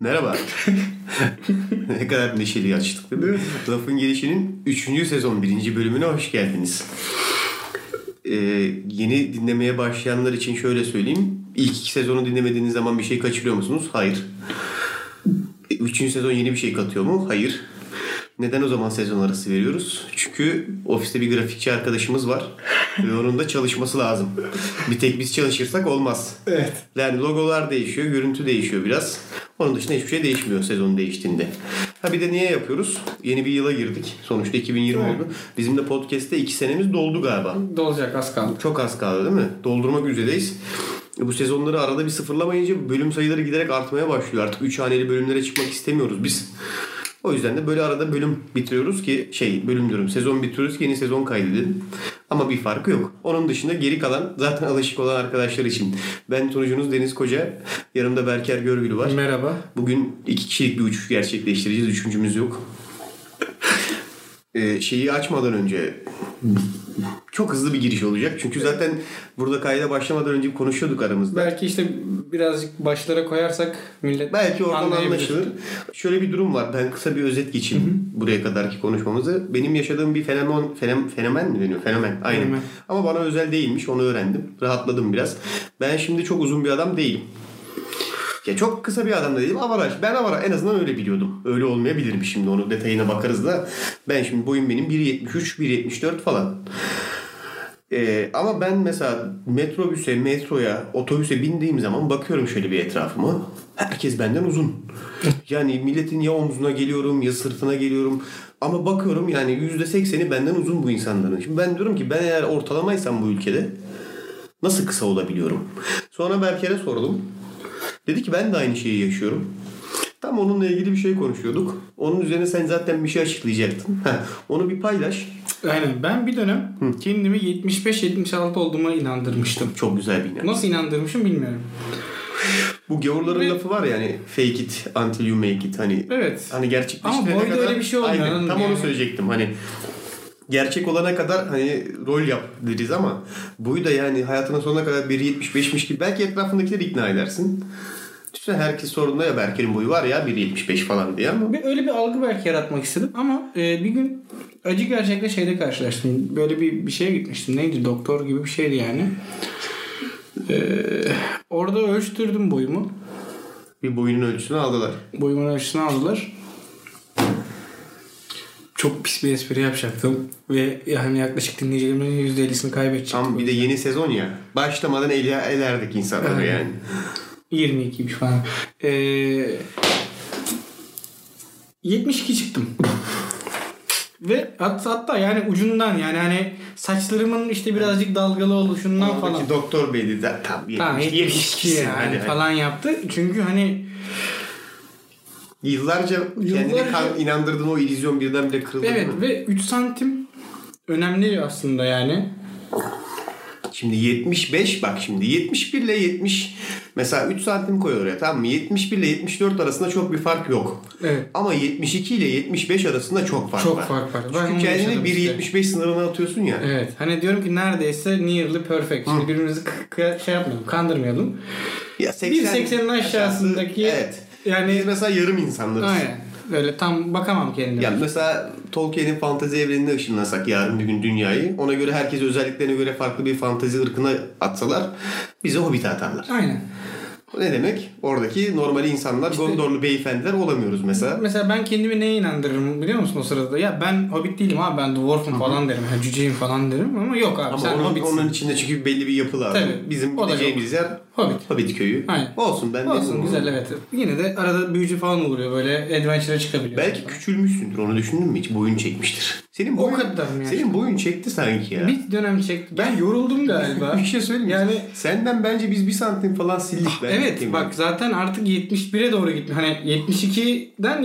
Merhaba. ne kadar neşeli açtık değil mi? Lafın Gelişi'nin 3. sezon 1. bölümüne hoş geldiniz. Ee, yeni dinlemeye başlayanlar için şöyle söyleyeyim. İlk iki sezonu dinlemediğiniz zaman bir şey kaçırıyor musunuz? Hayır. E, Üçüncü sezon yeni bir şey katıyor mu? Hayır. Neden o zaman sezon arası veriyoruz? Çünkü ofiste bir grafikçi arkadaşımız var ve onun da çalışması lazım. Bir tek biz çalışırsak olmaz. Evet. Yani logolar değişiyor, görüntü değişiyor biraz. Onun dışında hiçbir şey değişmiyor sezon değiştiğinde. Ha bir de niye yapıyoruz? Yeni bir yıla girdik. Sonuçta 2020 Evet. oldu. Bizim de podcast'te 2 senemiz doldu galiba. Dolacak az kaldı. Çok az kaldı değil mi? Doldurmak üzereyiz. E, Bu sezonları arada bir sıfırlamayınca bölüm sayıları giderek artmaya başlıyor. Artık 3 haneli bölümlere çıkmak istemiyoruz biz. O yüzden de böyle arada bölüm bitiriyoruz ki şey bölüm diyorum sezon bitiriyoruz ki yeni sezon kaydedelim. Ama bir farkı yok. Onun dışında geri kalan zaten alışık olan arkadaşlar için. Ben sonucunuz Deniz Koca. Yanımda Berker Görgülü var. Merhaba. Bugün iki kişilik bir uçuş gerçekleştireceğiz. Üçüncümüz yok. Ee, şeyi açmadan önce çok hızlı bir giriş olacak. Çünkü zaten burada kayda başlamadan önce konuşuyorduk aramızda. Belki işte birazcık başlara koyarsak millet Belki oradan anlayabilir. anlaşılır. Şöyle bir durum var. Ben kısa bir özet geçeyim buraya kadarki konuşmamızı. Benim yaşadığım bir fenomen fenomen, fenomen mi deniyor? Fenomen. Aynen. Fenomen. Ama bana özel değilmiş. Onu öğrendim. Rahatladım biraz. Ben şimdi çok uzun bir adam değilim. Ya çok kısa bir adam da değilim. Avaraj. Ben avaraj. En azından öyle biliyordum. Öyle olmayabilirmiş şimdi. Onu detayına bakarız da. Ben şimdi boyum benim 1.73, 1.74 falan. Ee, ama ben mesela metrobüse, metroya, otobüse bindiğim zaman bakıyorum şöyle bir etrafıma. Herkes benden uzun. Yani milletin ya omzuna geliyorum ya sırtına geliyorum. Ama bakıyorum yani %80'i benden uzun bu insanların. Şimdi ben diyorum ki ben eğer ortalamaysam bu ülkede nasıl kısa olabiliyorum? Sonra Berker'e sordum. Dedi ki ben de aynı şeyi yaşıyorum. Tam onunla ilgili bir şey konuşuyorduk. Onun üzerine sen zaten bir şey açıklayacaktın. Onu bir paylaş. Aynen. Ben bir dönem kendimi 75-76 olduğuma inandırmıştım. Çok güzel bir inan. Nasıl inandırmışım bilmiyorum. Bu gavurların Ve- lafı var ya hani fake it until you make it hani Evet. hani gerçekleşene Ama boyda kadar öyle bir şey olmuyor Aynen, hanım tam yani. onu söyleyecektim hani gerçek olana kadar hani rol yap deriz ama boyu da yani hayatının sonuna kadar 1.75'miş gibi belki etrafındakileri ikna edersin. Düşünsene herkes sorduğunda ya Berker'in boyu var ya 1.75 falan diye ama Bir- öyle bir algı belki yaratmak istedim ama e, bir gün acı gerçekle şeyde karşılaştım. Böyle bir, bir şeye gitmiştim. Neydi? Doktor gibi bir şeydi yani. E, orada ölçtürdüm boyumu. bir boyunun ölçüsünü aldılar. Boyumun ölçüsünü aldılar. Çok pis bir espri yapacaktım. Ve yani yaklaşık dinleyicilerimin %50'sini kaybedecektim. Ama bir de yeni sezon ya. Başlamadan el, elerdik insanları Aynen. yani. 22'ymiş falan. Ee, 72 çıktım. Ve hatta, hatta yani ucundan yani hani saçlarımın işte birazcık dalgalı oluşundan falan. Oradaki doktor bey dedi tam 72, Tamam 72 72'sin yani hadi, hadi. falan yaptı. Çünkü hani Yıllarca kendini Yıllarca- kan, inandırdığın o illüzyon birdenbire kırıldı. değil evet mi? ve 3 santim önemli aslında yani. Şimdi 75 bak şimdi 71 ile 70 mesela 3 santim koy oraya tamam mı? 71 ile 74 arasında çok bir fark yok. Evet. Ama 72 ile 75 arasında çok fark Çok var. fark var. Ben Çünkü onu yaşadım kendini işte. 1.75 sınırına atıyorsun ya. Evet. Hani diyorum ki neredeyse nearly perfect. Şimdi birbirimizi k- k- şey yapmayalım, kandırmayalım. Ya 80 1.80'in aşağısındaki Evet. yani Biz mesela yarım insanlarız. Aynen. Öyle tam bakamam kendime. Ya mesela Tolkien'in fantezi evrenine ışınlasak yarın bir gün dünyayı ona göre herkes özelliklerine göre farklı bir fantezi ırkına atsalar bizi hobbit'e atarlar. Aynen. Ne demek? Oradaki normal insanlar Gondorlu beyefendiler olamıyoruz mesela. Mesela ben kendimi neye inandırırım biliyor musun o sırada? Ya ben hobbit değilim abi ben dwarf'um falan derim. Ha, cüceyim falan derim ama yok abi Ama sen onun, hobbitsin. onun içinde çünkü belli bir yapı lazım. Tabii. Bizim O da gideceğimiz yer Hobbit. Hobbit köyü. Aynen. Olsun ben Olsun memnunum. güzel evet. Yine de arada büyücü falan oluyor böyle adventure'a çıkabiliyor. Belki küçülmüşsündür onu düşündün mü hiç? Boyun çekmiştir. Senin O boyun, kadar mı ya? Senin boyun çekti sanki ya. bir dönem çekti. Ben yoruldum galiba. Bir şey söyleyeyim mi? Yani- Senden bence biz bir santim falan sildik. ben Ah, evet bakayım. bak zaten artık 71'e doğru gittim. Hani 72'den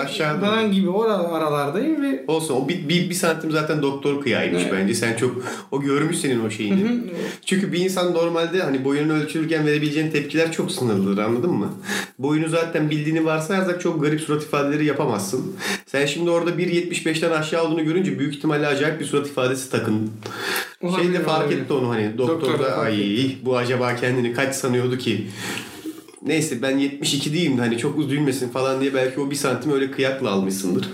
Aşağı doğru. falan gibi o aralardayım ve Olsun o bir, bir, bir santim zaten doktor kıyaymış Evet. bence. Sen çok o görmüş senin o şeyini. Çünkü bir insan normalde hani boyunu ölçülürken verebileceğin tepkiler çok sınırlıdır anladın mı? Boyunu zaten bildiğini varsayarsak çok garip surat ifadeleri yapamazsın. Sen şimdi orada 1.75'ten aşağı olduğunu görünce büyük ihtimalle acayip bir surat ifadesi takın. Olabilir, Şeyde fark olabilir. etti onu hani doktor Doktor da da fark ay bu acaba kendini kaç sanıyordu ki Neyse ben 72 diyeyim de hani çok üzülmesin falan diye belki o bir santim öyle kıyakla almışsındır.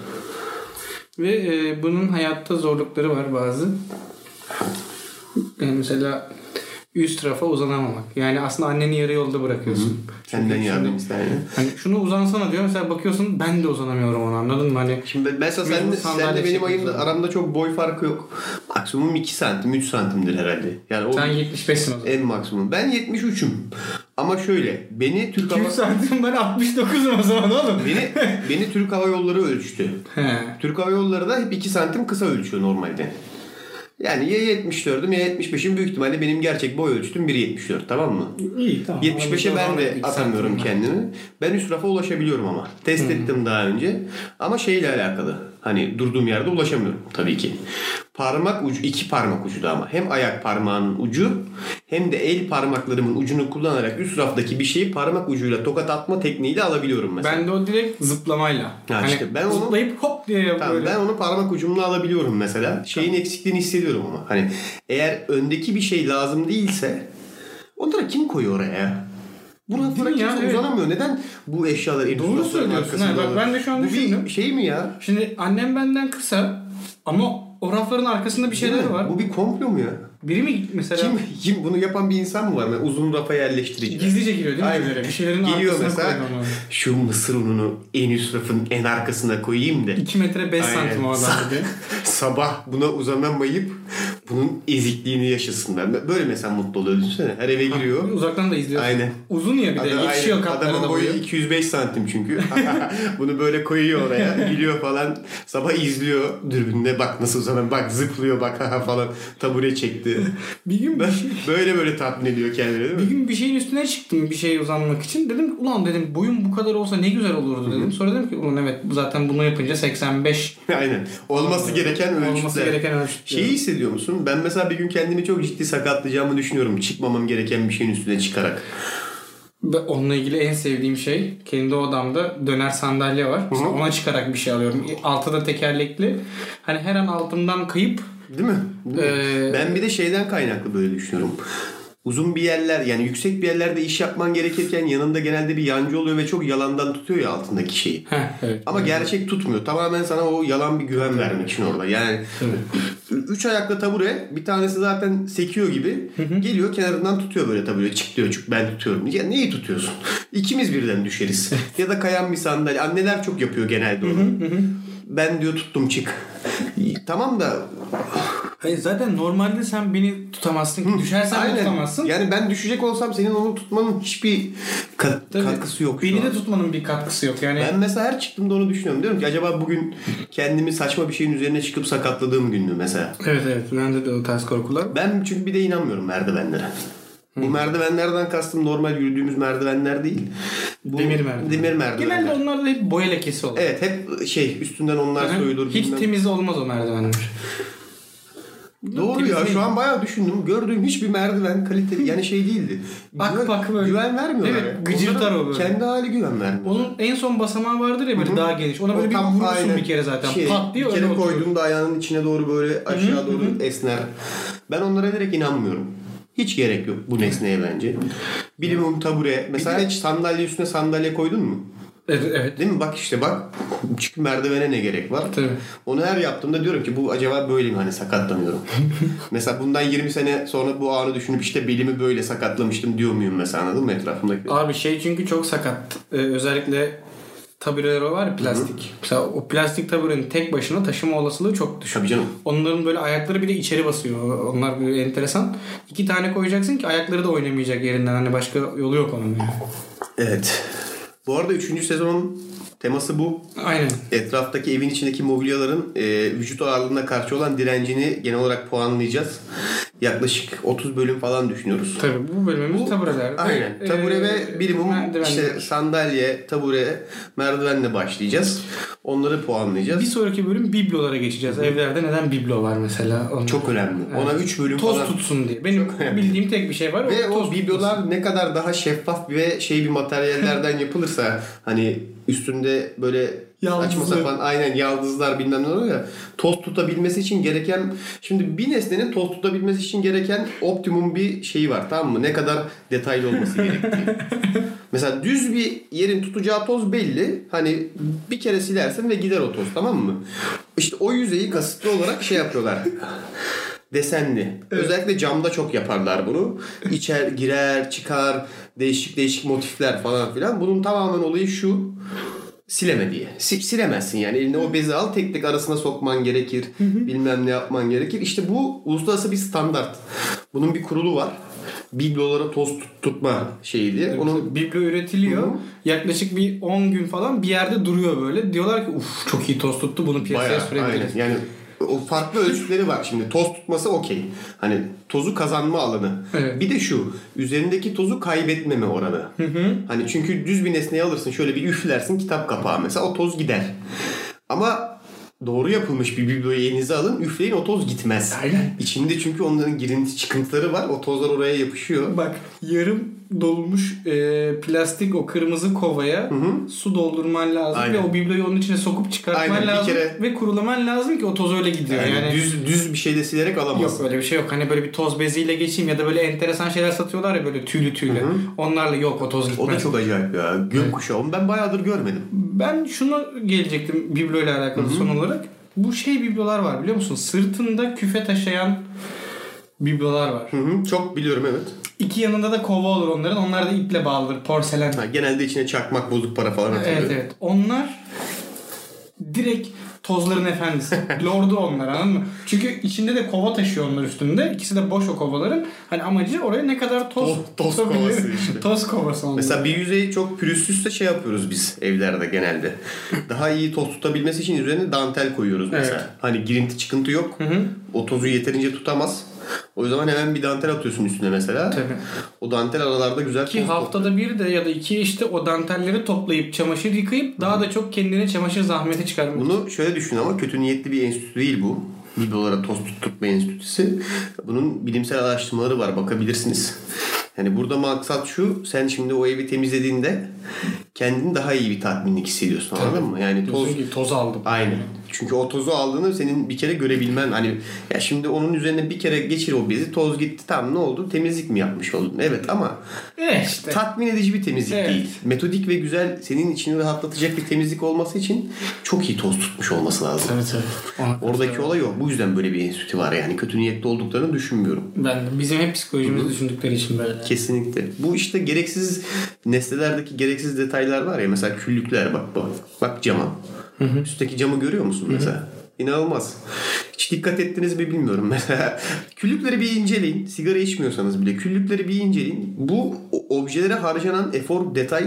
Ve e, bunun hayatta zorlukları var bazı. Yani mesela üst rafa uzanamamak. Yani aslında anneni yarı yolda bırakıyorsun. Senden yardım ister. yani. Hani şunu uzansana diyor. Mesela bakıyorsun ben de uzanamıyorum ona anladın mı? Hani Şimdi ben- mesela Bizim sen, sandalye sen de benim şeklinde ayımda olan. aramda çok boy farkı yok. Maksimum 2 santim 3 santimdir herhalde. Yani o sen 75'sin o zaman. en maksimum. Ben 73'üm. Ama şöyle beni Türk Hava 200 santim ben 69'um o zaman oğlum. beni beni Türk Hava Yolları ölçtü. He. Türk Hava Yolları da hep 2 santim kısa ölçüyor normalde. Yani ya 74'üm ya 75'im büyük ihtimalle benim gerçek boy ölçtüm 1.74 tamam mı? İyi tamam. 75'e ben de İki atamıyorum santim var. kendimi. Ben üst rafa ulaşabiliyorum ama. Test Hmm. ettim daha önce. Ama şeyle alakalı. Hani durduğum yerde ulaşamıyorum tabii ki. Parmak ucu, iki parmak ucu da ama. Hem ayak parmağının ucu hem de el parmaklarımın ucunu kullanarak üst raftaki bir şeyi parmak ucuyla tokat atma tekniğiyle alabiliyorum mesela. Ben de o direkt zıplamayla. Ya hani işte ben onu- zıplayıp hop diye Tamam, böyle. ben onu parmak ucumla alabiliyorum mesela. Şeyin eksikliğini hissediyorum ama. Hani eğer öndeki bir şey lazım değilse onları kim koyuyor oraya? Bu raflara mi kimse ya? Evet. uzanamıyor. Neden bu eşyalar elin Doğru rafların söylüyorsun. arkasında Ha, bak alır? ben de şu an Bu bir düşündüm. şey mi ya? Şimdi annem benden kısa ama o rafların arkasında bir Değil şeyler mi? var. Bu bir komplo mu ya? Biri mi mesela Kim, kim bunu yapan bir insan mı var? Yani uzun rafa yerleştirici. gizlice giriyor değil mi? Aynen. Aynen. Bir şeylerin Geliyor arkasına mesela koyuyor onu. şu mısır ununu en üst rafın en arkasına koyayım da 2 metre 5 Aynen. santim oradan dedi. sabah buna uzanamayıp bunun ezikliğini yaşasınlar. Böyle mesela mutlu oluyor düşünsene. Her eve giriyor. Uzaktan da izliyorsun. Aynen. Uzun ya bir de Adam- yetişiyor aynen. katlara Adamın da boyu boyu. 205 santim çünkü. Bunu böyle koyuyor oraya. Gülüyor falan. Sabah izliyor dürbünle. Bak nasıl uzanan. Bak zıplıyor bak falan. Tabure çekti. Bir gün bir, şey- böyle böyle tatmin ediyor kendini değil bir mi? gün bir şeyin üstüne çıktım bir şeye uzanmak için. Dedim ki ulan dedim boyum bu kadar olsa ne güzel olurdu dedim. Sonra dedim ki ulan evet zaten bunu yapınca 85 Aynen. Olması gereken ölçüler. olması gereken ölçü. Şeyi hissediyor musun? Ben mesela bir gün kendimi çok ciddi sakatlayacağımı düşünüyorum. Çıkmamam gereken bir şeyin üstüne çıkarak. Ve onunla ilgili en sevdiğim şey kendi odamda döner sandalye var. Mesela ona çıkarak bir şey alıyorum. Altı da tekerlekli. Hani her an altımdan kayıp Değil mi? Değil mi? Ee, Ben bir de şeyden kaynaklı böyle düşünüyorum. Uzun bir yerler yani yüksek bir yerlerde iş yapman gerekirken yanında genelde bir yancı oluyor ve çok yalandan tutuyor ya altındaki şeyi. Heh, evet. Ama gerçek tutmuyor. Tamamen sana o yalan bir güven vermek için orada. Yani üç ayaklı tabure bir tanesi zaten sekiyor gibi geliyor kenarından tutuyor böyle tabure. Çık diyor çık ben tutuyorum. Ya neyi tutuyorsun? İkimiz birden düşeriz. ya da kayan bir sandalye. Anneler çok yapıyor genelde onu. ben diyor tuttum çık. tamam da Hayır zaten normalde sen beni tutamazsın ki. Düşersen de Aynen. tutamazsın. Yani ben düşecek olsam senin onu tutmanın hiçbir kat- Tabii. katkısı yok. şu Beni an. de tutmanın bir katkısı yok. Yani ben mesela her çıktığımda onu düşünüyorum. Diyorum ki acaba bugün kendimi saçma bir şeyin üzerine çıkıp sakatladığım gün mü mesela? Evet evet bende de o tarz korkular. Ben çünkü bir de inanmıyorum merdivenlere. Bu Hmm. merdivenlerden kastım normal yürüdüğümüz merdivenler değil. Bu Demir merdiven. Demir merdivenler. Genelde onlarda hep boya lekesi olur. Evet hep şey üstünden onlar Hı hı. soyulur. Hiç bilmem. temiz olmaz o merdivenler. Doğru temiz ya değil. şu an bayağı düşündüm. Gördüğüm hiçbir merdiven kaliteli yani şey değildi. Bak, Güven- bak böyle. Güven vermiyorlar. Evet, ya. gıcırtar Onların o böyle. Kendi hali güven vermiyor. Onun en son basamağı vardır ya böyle daha geniş. Ona böyle bir Tam vurursun aynen. bir kere zaten. Şey, Pat diye Bir öyle kere oturur. koyduğumda ayağının içine doğru böyle aşağı doğru esner. Ben onlara direkt inanmıyorum. Hiç gerek yok bu nesneye bence. Bilimum tabure. Mesela hiç sandalye üstüne sandalye koydun mu? Evet evet. Değil mi? Bak işte bak. Çünkü merdivene ne gerek var? Tabii. Onu her yaptığımda diyorum ki bu acaba böyle mi hani sakatlanıyorum? mesela bundan 20 sene sonra bu anı düşünüp işte belimi böyle sakatlamıştım diyor muyum mesela anladın mı etrafımdaki? Abi şey çünkü çok sakat. Ee, özellikle tabureler var ya plastik. Mesela o plastik taburenin tek başına taşıma olasılığı çok düşük. Tabii canım. Onların böyle ayakları bir de içeri basıyor. Onlar böyle enteresan. İki tane koyacaksın ki ayakları da oynamayacak yerinden. Hani başka yolu yok onun yani. Evet. Bu arada 3. sezonun teması bu. Aynen. Etraftaki evin içindeki mobilyaların e, vücut ağırlığına karşı olan direncini genel olarak puanlayacağız. Yaklaşık 30 bölüm falan düşünüyoruz. Tabii bu bölümümüz tabureler. Aynen. Ee, Tabure ve bilimum merdivenler. işte sandalye, tabure, merdivenle başlayacağız. Onları puanlayacağız. Bir sonraki bölüm biblolara geçeceğiz. Evlerde neden biblo var mesela? Onlar. Çok önemli. Ona 3 bölüm toz falan. tutsun diye. Benim bildiğim tek bir şey var. Ve toz o biblolar ne kadar daha şeffaf ve şey bir materyallerden yapılırsa hani üstünde böyle Saçma Yalnızlık. sapan aynen yaldızlar bilmem ne oluyor ya. Toz tutabilmesi için gereken şimdi bir nesnenin toz tutabilmesi için gereken optimum bir şeyi var tamam mı? Ne kadar detaylı olması gerektiği. Mesela düz bir yerin tutacağı toz belli. Hani bir kere silersin ve gider o toz tamam mı? İşte o yüzeyi kasıtlı olarak şey yapıyorlar. Desenli. Özellikle camda çok yaparlar bunu. İçer girer, çıkar, değişik değişik motifler falan filan. Bunun tamamen olayı şu sileme diye. Si- silemezsin yani. Eline o bezi al tek tek arasına sokman gerekir. Bilmem ne yapman gerekir. İşte bu uluslararası bir standart. Bunun bir kurulu var. Biblolara toz tut- tutma şeyi diye. Onun Biblo üretiliyor. Hı. Yaklaşık bir 10 gün falan bir yerde duruyor böyle. Diyorlar ki uf çok iyi tost tuttu bunu piyasaya bayağı aynen. sürebiliriz. Yani o farklı ölçütleri var şimdi. Toz tutması okey. Hani tozu kazanma alanı. Evet. Bir de şu üzerindeki tozu kaybetmeme oranı. Hani çünkü düz bir nesneyi alırsın şöyle bir üflersin kitap kapağı mesela o toz gider. Ama doğru yapılmış bir bibloyu elinize alın üfleyin o toz gitmez. Aynen. İçinde çünkü onların girinti çıkıntıları var. O tozlar oraya yapışıyor. Bak yarım dolmuş e, plastik o kırmızı kovaya su doldurman lazım Aynen. ve o bibloyu onun içine sokup çıkartman Aynen, bir lazım kere- ve kurulaman lazım ki o toz öyle gidiyor. Yani, Yani, düz düz bir şeyle silerek Yok alamazsın. öyle bir şey yok. Hani böyle bir toz beziyle geçeyim ya da böyle enteresan şeyler satıyorlar ya böyle tüylü tüylü. Onlarla yok o toz gitmez. O da çok acayip ya. Gökkuşağı. Onu ben bayağıdır görmedim. Ben şuna gelecektim biblo ile alakalı son olarak. Bu şey biblolar var biliyor musun? Sırtında küfe taşıyan biblolar var. Hı hı, çok biliyorum evet. İki yanında da kova olur onların. Onlar da iple bağlıdır. Porselen. Ha, genelde içine çakmak, bozuk para falan atılıyor. Evet evet. Onlar direkt tozların efendisi. Lordu onlar anladın mı? Çünkü içinde de kova taşıyor onlar üstünde. İkisi de boş o kovaların. Hani amacı oraya ne kadar toz Toz- toz tutabilir. kovası işte. toz kovası onlar. Mesela bir yüzeyi çok pürüzsüzse şey yapıyoruz biz evlerde genelde. Daha iyi toz tutabilmesi için üzerine dantel koyuyoruz mesela. Evet. Hani girinti çıkıntı yok. O tozu yeterince tutamaz. O zaman hemen bir dantel atıyorsun üstüne mesela. Tabii. O dantel aralarda güzel Ki toz haftada bir de ya da iki işte o dantelleri toplayıp çamaşır yıkayıp daha da çok kendine çamaşır zahmeti çıkarmak. Bunu şöyle düşün ama kötü niyetli bir enstitü değil bu. Bir dolara toz tutturma enstitüsü. Bunun bilimsel araştırmaları var bakabilirsiniz. Yani burada maksat şu sen şimdi o evi temizlediğinde kendini daha iyi bir tatminlik hissediyorsun anladın mı? Yani toz Diyorsun ki, toz aldım. Aynen. Çünkü o tozu aldığını senin bir kere görebilmen hani ya şimdi onun üzerine bir kere geçir o bezi toz gitti tam ne oldu temizlik mi yapmış oldun? Evet ama E işte. tatmin edici bir temizlik Evet. değil. Metodik ve güzel senin içini rahatlatacak bir temizlik olması için çok iyi toz tutmuş olması lazım. Oradaki olay o. Bu yüzden böyle bir enstitü var yani. Kötü niyetli olduklarını düşünmüyorum. Ben de. Bizim hep psikolojimizi düşündükleri için böyle. Kesinlikle. Bu işte gereksiz nesnelerdeki gereksiz detaylar var ya. Mesela küllükler bak bak. Bak cama. Üstteki camı görüyor musun mesela? İnanılmaz. Hiç dikkat ettiniz mi bilmiyorum. Mesela küllükleri bir inceleyin. Sigara içmiyorsanız bile küllükleri bir inceleyin. Bu o- objelere harcanan efor, detay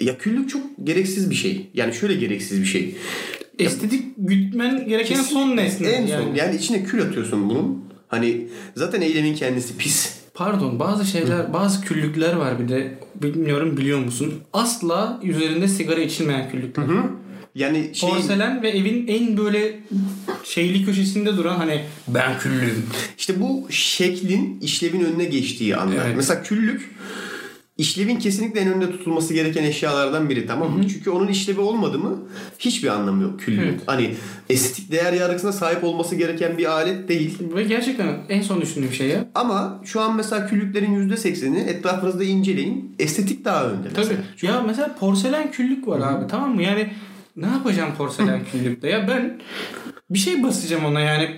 ya küllük çok gereksiz bir şey. Yani şöyle gereksiz bir şey. Estetik gütmen gereken son nesne. En son yani. yani içine kül atıyorsun bunun. Hani zaten eylemin kendisi pis. Pardon bazı şeyler bazı küllükler var bir de bilmiyorum biliyor musun? Asla üzerinde sigara içilmeyen küllükler. Yani şey Porselen ve evin en böyle şeyli köşesinde duran hani ben küllüyüm. işte bu şeklin işlevin önüne geçtiği anlar. Evet. Mesela küllük işlevin kesinlikle en önde tutulması gereken eşyalardan biri tamam mı? Çünkü onun işlevi olmadı mı hiçbir anlamı yok küllüğün. Hani estetik değer yargısına sahip olması gereken bir alet değil. Ve gerçekten en son düşündüğüm şey ya. Ama şu an mesela küllüklerin %80'ini etrafınızda inceleyin. Estetik daha önde mesela. Tabii. Ya mesela porselen küllük var abi tamam mı? Yani ne yapacağım porselen küllükte? Ya ben bir şey basacağım ona yani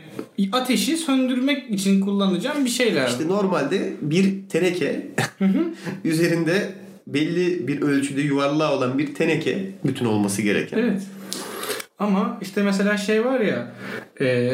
ateşi söndürmek için kullanacağım bir şeyler. İşte normalde bir teneke üzerinde belli bir ölçüde yuvarlağı olan bir teneke bütün olması gereken. Evet. Ama işte mesela şey var ya e,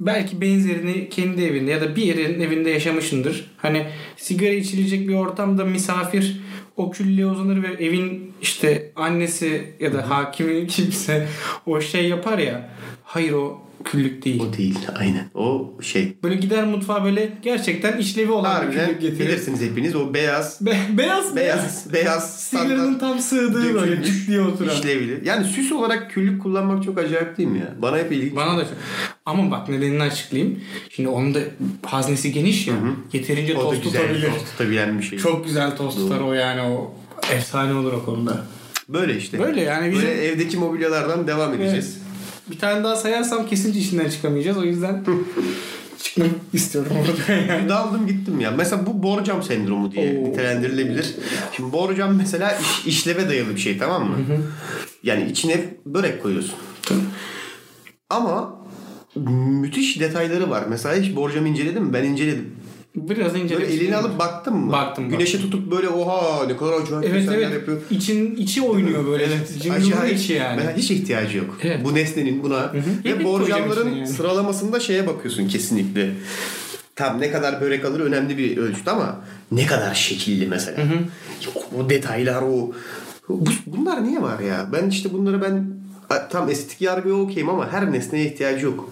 belki benzerini kendi evinde ya da bir yerin evinde yaşamışsındır. Hani sigara içilecek bir ortamda misafir o küllüğe uzanır ve evin işte annesi ya da hakimi kimse o şey yapar ya. Hayır o küllük değil. O değil aynen. O şey. Böyle gider mutfağa böyle gerçekten işlevi olan bir Harbiden küllük getirir. bilirsiniz hepiniz o beyaz Be- beyaz beyaz. beyaz beyaz Sigaranın standart tam sığdığı böyle dökülmüş, cuk diye oturan. işlevli. Yani süs olarak küllük kullanmak çok acayip değil mi ya? Bana hep ilginç. Bana da ama bak nedenini açıklayayım. Şimdi onun da haznesi geniş ya. Yeterince o da toz güzel tutabilir. toz tutabilen bir şey. Çok güzel toz tutar o yani o efsane olur o konuda. Böyle işte. Böyle yani bizim- Böyle evdeki mobilyalardan devam edeceğiz. Bir tane daha sayarsam kesince işinden çıkamayacağız. O yüzden çıkmak istiyorum orada yani. Daldım gittim ya. Mesela bu borcam sendromu diye Oo. nitelendirilebilir. Şimdi borcam mesela iş- işleve dayalı bir şey tamam mı? Yani içine börek koyuyorsun. Ama müthiş detayları var. Mesela hiç borcamı inceledin mi? Ben inceledim. Biraz inceledim. Böyle elini alıp baktın mı? Baktım, Güneşe tutup böyle oha ne kadar acayip Evet desenler evet. yapıyor. İçin, içi oynuyor böyle. Cimri Acayip. içi yani. Mesela hiç ihtiyacı yok. Evet. Bu nesnenin buna ve Hep koyacağım borcamların içine yani. sıralamasında şeye bakıyorsun kesinlikle. Tam ne kadar börek alır önemli bir ölçüt ama ne kadar şekilli mesela. Yok, o detaylar o. Bu- bunlar niye var ya? Ben işte bunları ben a- tam estetik yargıya okeyim ama her nesneye ihtiyacı yok.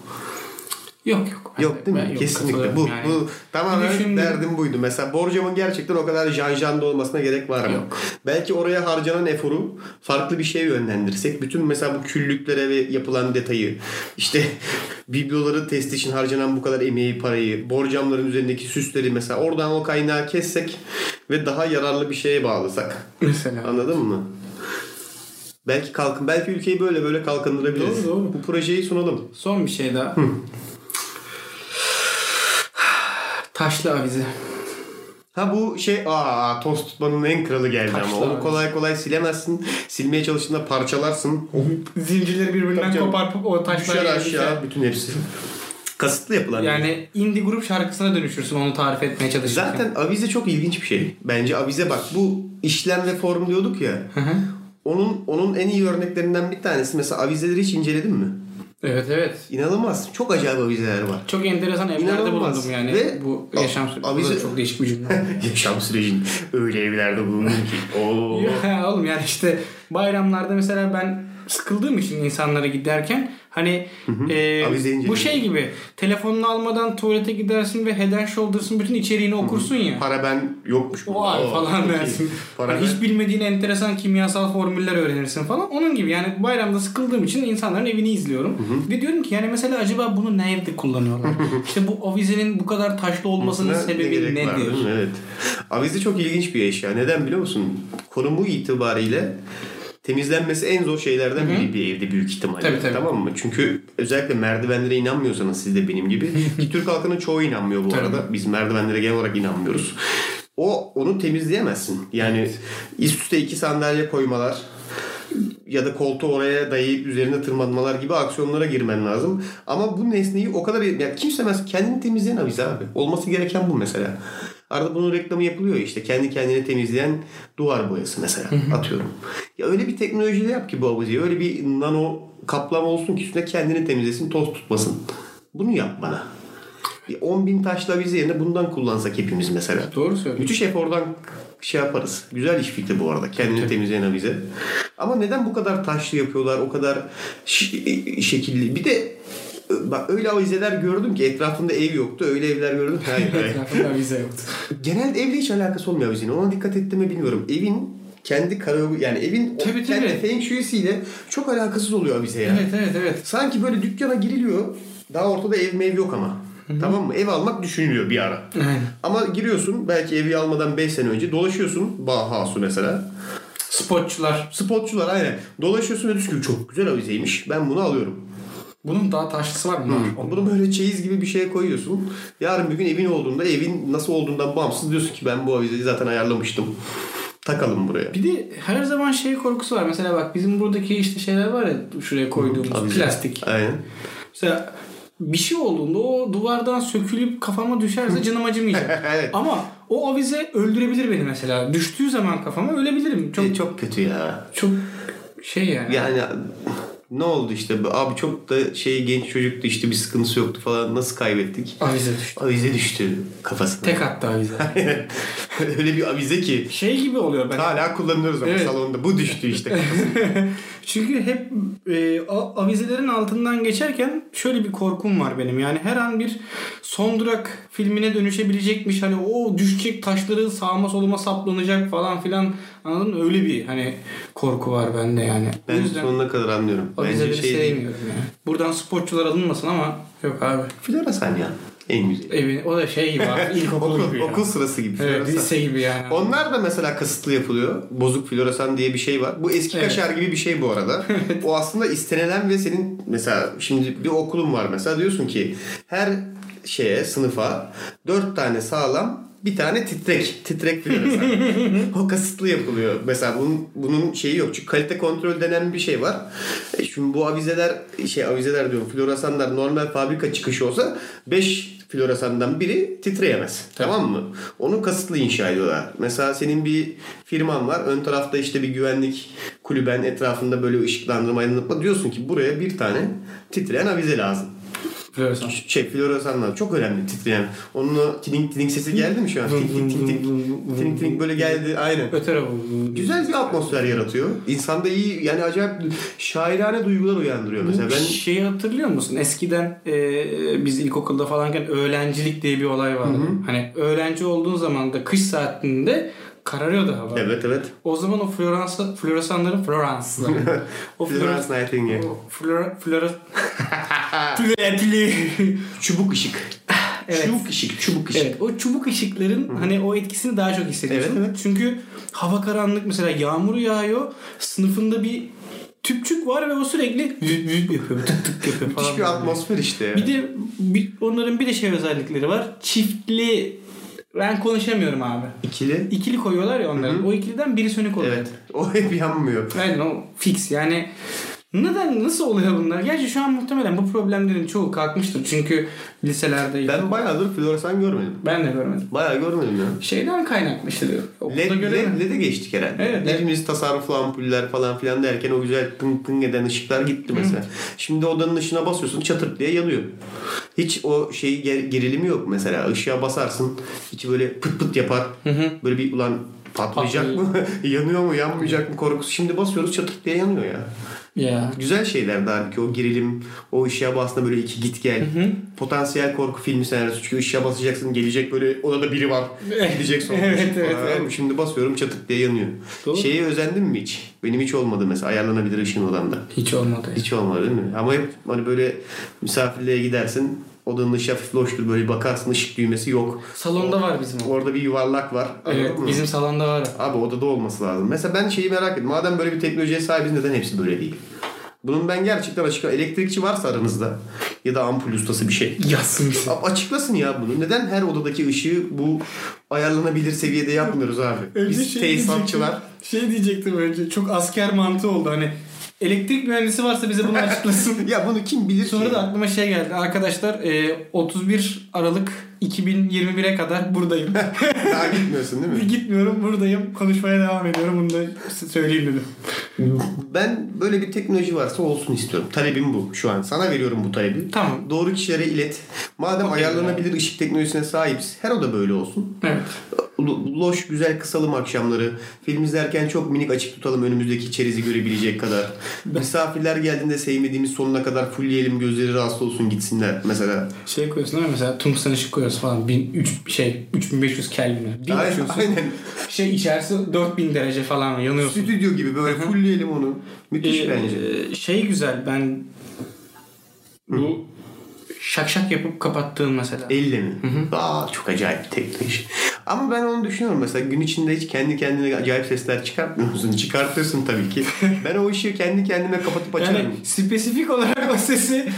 Yok yok. Ben Yok de- değil ben mi? yok, Kesinlikle katılıyorum bu. yani. Bu tamamen Düşündüm. derdim buydu. Mesela borcamın gerçekten o kadar janjanda olmasına gerek var mı? Yok. Belki oraya harcanan eforu farklı bir şeye yönlendirsek bütün mesela bu küllüklere ve yapılan detayı işte bibloları test için harcanan bu kadar emeği, parayı, borcamların üzerindeki süsleri mesela oradan o kaynağı kessek ve daha yararlı bir şeye bağlasak. Mesela. Anladın mı? Belki kalkın, belki ülkeyi böyle böyle kalkındırabiliriz. Doğru, doğru. Bu projeyi sunalım. Son bir şey daha. Taşlı avize. Ha bu şey aa toz tutmanın en kralı geldi Taşlar. ama onu kolay kolay silemezsin. Silmeye çalıştığında parçalarsın. Zincirleri birbirinden Tabii canım. koparıp o taşlar Düşer yere aşağı düşer. bütün hepsi. Kasıtlı yapılan. Yani Yani indie grup şarkısına dönüşürsün onu tarif etmeye çalışırken. zaten avize çok ilginç bir şey. Bence avize bak bu işlem ve form diyorduk ya. Hı hı. Onun onun en iyi örneklerinden bir tanesi mesela avizeleri hiç inceledin mi? evet evet. İnanılmaz. Çok acayip avizeler var. Çok enteresan evlerde İnanılmaz. bulundum yani. Ve- bu yaşam Abi- süreci abi- Bu da çok değişik bir cümle. Yaşam sürecin öyle evlerde bulundum ki. Oo. Ya oğlum yani işte bayramlarda mesela ben sıkıldığım için insanlara giderken hani e, Avize inceliyorum. bu şey gibi telefonunu almadan tuvalete gidersin ve Head and Shoulders'ın bütün içeriğini okursun ya. Para ben yokmuş. O ay Oo, falan çok iyi. dersin. Para Hani ben- hiç bilmediğin enteresan kimyasal formüller öğrenirsin falan. Onun gibi yani bayramda sıkıldığım için insanların evini izliyorum. Ve diyorum ki yani mesela acaba bunu nerede kullanıyorlar? işte bu avizenin bu kadar taşlı olmasının Ne- ne sebebi gerek var, nedir? değil mi? evet. Avize çok ilginç bir eşya. Neden biliyor musun? Konumu itibariyle temizlenmesi en zor şeylerden biri bir evde büyük ihtimalle. Tabii, tabii. Tamam mı? Çünkü özellikle merdivenlere inanmıyorsanız siz de benim gibi. Ki Türk halkının çoğu inanmıyor bu Tabii. arada. Biz merdivenlere genel olarak inanmıyoruz. O onu temizleyemezsin. Yani üst üste iki sandalye koymalar ya da koltuğu oraya dayayıp üzerine tırmanmalar gibi aksiyonlara girmen lazım. Ama bu nesneyi o kadar... Ya kimse mesela kendini temizleyen avize abi. Olması gereken bu mesela. Arada bunun reklamı yapılıyor işte. Kendi kendini temizleyen duvar boyası mesela. Atıyorum. Ya öyle bir teknolojiyle yap ki bu avizeyi. Öyle bir nano kaplama olsun ki üstüne kendini temizlesin, toz tutmasın. Bunu yap bana. 10 bin taşla avize yerine bundan kullansak hepimiz mesela. Doğru söylüyorsun. Müthiş efordan şey yaparız. Güzel iş fikri bu arada. Kendini temizleyen avize. Ama neden bu kadar taşlı yapıyorlar? O kadar ş- şekilli. Bir de e, bak öyle avizeler gördüm ki etrafında ev yoktu. Öyle evler gördüm. ki, Hayır hayır. Etrafında avize yoktu. Genelde evle hiç alakası olmuyor avizenin. Ona dikkat ettim mi bilmiyorum. Evin kendi karayolu yani evin o- Tabii, kendi tabii. feng shui'siyle çok alakasız oluyor avize yani. Evet evet evet. Sanki böyle dükkana giriliyor. Daha ortada ev mev yok ama. Tamam mı? Ev almak düşünülüyor bir ara. Aynen. Ama giriyorsun belki evi almadan 5 sene önce dolaşıyorsun. Bahasu mesela. Spotçular. Spotçular aynen. Dolaşıyorsun ve diyorsun ki çok güzel avizeymiş. Ben bunu alıyorum. Bunun daha taşlısı var mı? Var. Bunu böyle çeyiz gibi bir şeye koyuyorsun. Yarın bir gün evin olduğunda evin nasıl olduğundan bağımsız diyorsun ki ben bu avizeyi zaten ayarlamıştım. Takalım buraya. Bir de her zaman şey korkusu var. Mesela bak bizim buradaki işte şeyler var ya şuraya koyduğumuz Avize. plastik. Aynen. Mesela bir şey olduğunda o duvardan sökülüp kafama düşerse canım acımayacak. Evet. Ama o avize öldürebilir beni mesela. Düştüğü zaman kafama ölebilirim. Çok E, çok kötü ya. çok şey yani. Yani ne oldu işte abi çok da şey genç çocuktu işte bir sıkıntısı yoktu falan nasıl kaybettik? Avize düştü. Avize düştü kafasına. Tek attı avize. Öyle bir avize ki şey gibi oluyor ben. hala kullanıyoruz ama Evet. salonda bu düştü işte kafasına. Çünkü hep e, a- avizelerin altından geçerken şöyle bir korkum var benim. Yani her an bir son durak filmine dönüşebilecekmiş. Hani o düşecek taşları sağma soluma saplanacak falan filan. Anladın mı? Öyle bir hani korku var bende yani. o Ben yüzden sonuna kadar anlıyorum. Bence avizeleri şey sevmiyorum yani. Buradan sporcular alınmasın ama yok abi. Floresan ya. En güzeli. Evi, o da şey gibi abi, ilkokul Okul, gibi ya. okul sırası gibi. Evet, Floresan. lise gibi yani. Onlar da mesela kasıtlı yapılıyor. Bozuk floresan diye bir şey var. Bu eski Evet. kaşar gibi bir şey bu arada. o aslında istenilen ve senin mesela şimdi bir okulun var mesela diyorsun ki her şeye sınıfa dört tane sağlam bir tane titrek. Titrek floresan. o kasıtlı yapılıyor. Mesela bunun, bunun şeyi yok. Çünkü kalite kontrol denen bir şey var. E Şimdi bu avizeler şey avizeler diyorum floresanlar normal fabrika çıkışı olsa 5 floresandan biri titreyemez. Tabii. Tamam mı? Onu kasıtlı inşa ediyorlar. Mesela senin bir firman var. Ön tarafta işte bir güvenlik kulüben etrafında böyle ışıklandırma aydınlatma diyorsun ki buraya bir tane titreyen avize lazım. Floresan. Şey floresanlar çok önemli titreyen. Onunla tiling tiling sesi geldi mi şu an? Tiling tiling tiling. Tiling tiling böyle geldi. Aynen. Öte tarafı. Güzel bir atmosfer yaratıyor. İnsanda iyi yani acayip şairane duygular uyandırıyor mesela. Ben... Ben Şeyi hatırlıyor musun? Eskiden e, biz ilkokulda falanken öğrencilik diye bir olay vardı. Hani öğrenci olduğun zaman da kış saatinde kararıyordu hava. evet evet. O zaman o Floransa, floresanların Floransları. o Florans... Florence Nightingale. o Flora... Flora... Flötli. Çubuk ışık. Evet. Çubuk ışık, çubuk ışık. evet. O çubuk ışıkların hani o etkisini daha çok hissediyorsun. Evet, evet. Çünkü hava karanlık mesela yağmur yağıyor. Sınıfında bir tüpçük var ve o sürekli vüp vüp yapıyor. Tık tık yapıyor falan. Müthiş bir atmosfer işte. ya. Bir de bir, onların bir de şey özellikleri var. Çiftli ben konuşamıyorum abi. ikili. İkili koyuyorlar ya onların. O ikiliden biri sönük oluyor. Evet. O hep yanmıyor. Aynen o fix yani. Neden nasıl oluyor bunlar? Gerçi şu an muhtemelen bu problemlerin çoğu kalkmıştır. Çünkü liselerde ben, Ben bayağıdır floresan görmedim. ben de görmedim. Bayağı görmedim ya. Şeyden kaynakmıştır diyor. Okulda LED, göremedim. LED, LED'e geçtik herhalde. Evet, LED. Hepimiz tasarruflu ampuller falan filan derken o güzel pın pın eden ışıklar gitti mesela. Şimdi odanın ışığına basıyorsun çatır diye yanıyor. Hiç o şey ger- gerilimi yok mesela. Işığa basarsın içi böyle pıt pıt yapar. Böyle bir ulan patlayacak mı? Yanıyor mu yanmayacak mı korkusu. Şimdi basıyoruz çatır diye yanıyor ya. Ya. Güzel şeylerdi halbuki o gerilim, o ışığa basında böyle iki git gel. Potansiyel korku filmi senaryosu. Çünkü ışığa basacaksın gelecek böyle odada biri var. Gidecek sonra. Evet, Işık evet, var. evet. Şimdi basıyorum çatık diye yanıyor. Doğru. Şeye özendin mi hiç? Benim hiç olmadı mesela ayarlanabilir ışığın odamda. Hiç olmadı. Hiç olmadı değil mi? Ama hep hani böyle misafirliğe gidersin. Odanın ışığı hafif loştur böyle bakarsın ışık düğmesi yok. Salonda var bizim o. Orada bir yuvarlak var. Anladın Evet mı? bizim salonda var. Abi odada olması lazım. Mesela ben şeyi merak ettim. Madem böyle bir teknolojiye sahibiz neden hepsi böyle değil? Bunun ben gerçekten açık elektrikçi varsa aranızda ya da ampul ustası bir şey. Yazsın. A- Açıklasın ya bunu. Neden her odadaki ışığı bu ayarlanabilir seviyede yapmıyoruz abi? Önce Biz şey tesisatçılar. Şey diyecektim önce çok asker mantığı oldu hani elektrik mühendisi varsa bize bunu açıklasın. Ya bunu kim bilir Sonra ki? da aklıma şey geldi arkadaşlar e, 31 Aralık 2021'e kadar buradayım. Daha gitmiyorsun değil mi? Gitmiyorum buradayım konuşmaya devam ediyorum bunu da size söyleyeyim dedim. Ben böyle bir teknoloji varsa olsun istiyorum. Talebim bu şu an. Sana veriyorum bu talebi. Tamam. Doğru kişilere ilet. Madem ayarlanabilir ışık teknolojisine sahibiz her oda böyle olsun. Evet. Lo- loş güzel kısalım akşamları. Film izlerken çok minik açık tutalım önümüzdeki çerezi görebilecek kadar. Misafirler geldiğinde sevmediğimiz sonuna kadar fullleyelim gözleri rahatsız olsun gitsinler mesela. Şey koyuyorsun değil mi? Mesela tungsten ışık koyuyorsun falan. 1000, üç- şey 3500 Kelvin'e. Bir Aynen, açıyorsun. aynen. Şey içerisi 4000 derece falan yanıyorsun. Stüdyo gibi böyle fullleyelim onu. Müthiş Ee, bence. e, Şey güzel ben bu şak şak yapıp kapattığın mesela. Elle mi? Aa çok acayip bir teknoloji. Ama ben onu düşünüyorum mesela gün içinde hiç kendi kendine acayip sesler çıkartmıyor musun? Çıkartıyorsun tabii ki. ben o işi kendi kendime kapatıp açarım. Yani spesifik olarak o sesi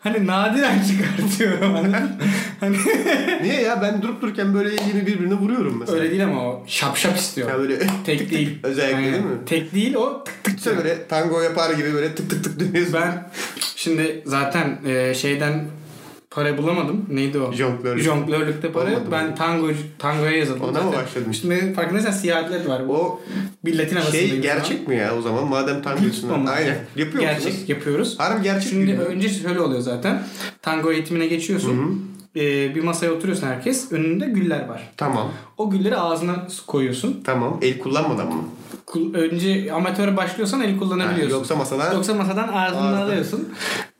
hani nadiren çıkartıyorum. Hani, hani Niye ya ben durup dururken böyle elimi birbirine vuruyorum mesela. öyle değil ama o şap şap istiyor. Ya böyle Tek değil. özellikle Aynen. değil mi? Tek değil o tık tık Sen tık. böyle tango yapar gibi böyle tık tık tık dönüyorsun. Ben şimdi zaten e, şeyden para bulamadım. Neydi o? Jonglörlük. Jonglörlükte para. Olmadı mı? ben tango tangoya yazıldım. Ona mı başladın? Şimdi farkındaysan siyah atlet var. O o bir Latin havasındayım şu şey an. gerçek mi ya o zaman madem tangosun. Ama Aynen. Yapıyor Gerçek musunuz? yapıyoruz. Harbi gerçek Şimdi mi? önce şöyle oluyor zaten. Tango eğitimine geçiyorsun. Ee, bir masaya oturuyorsun herkes. Önünde güller var. Tamam. O gülleri ağzına koyuyorsun. Tamam. El kullanmadan mı? Kul- Önce amatör başlıyorsan el Ha, kullanabiliyorsun. yoksa masada Yoksa masadan ağzına Ağzına. alıyorsun.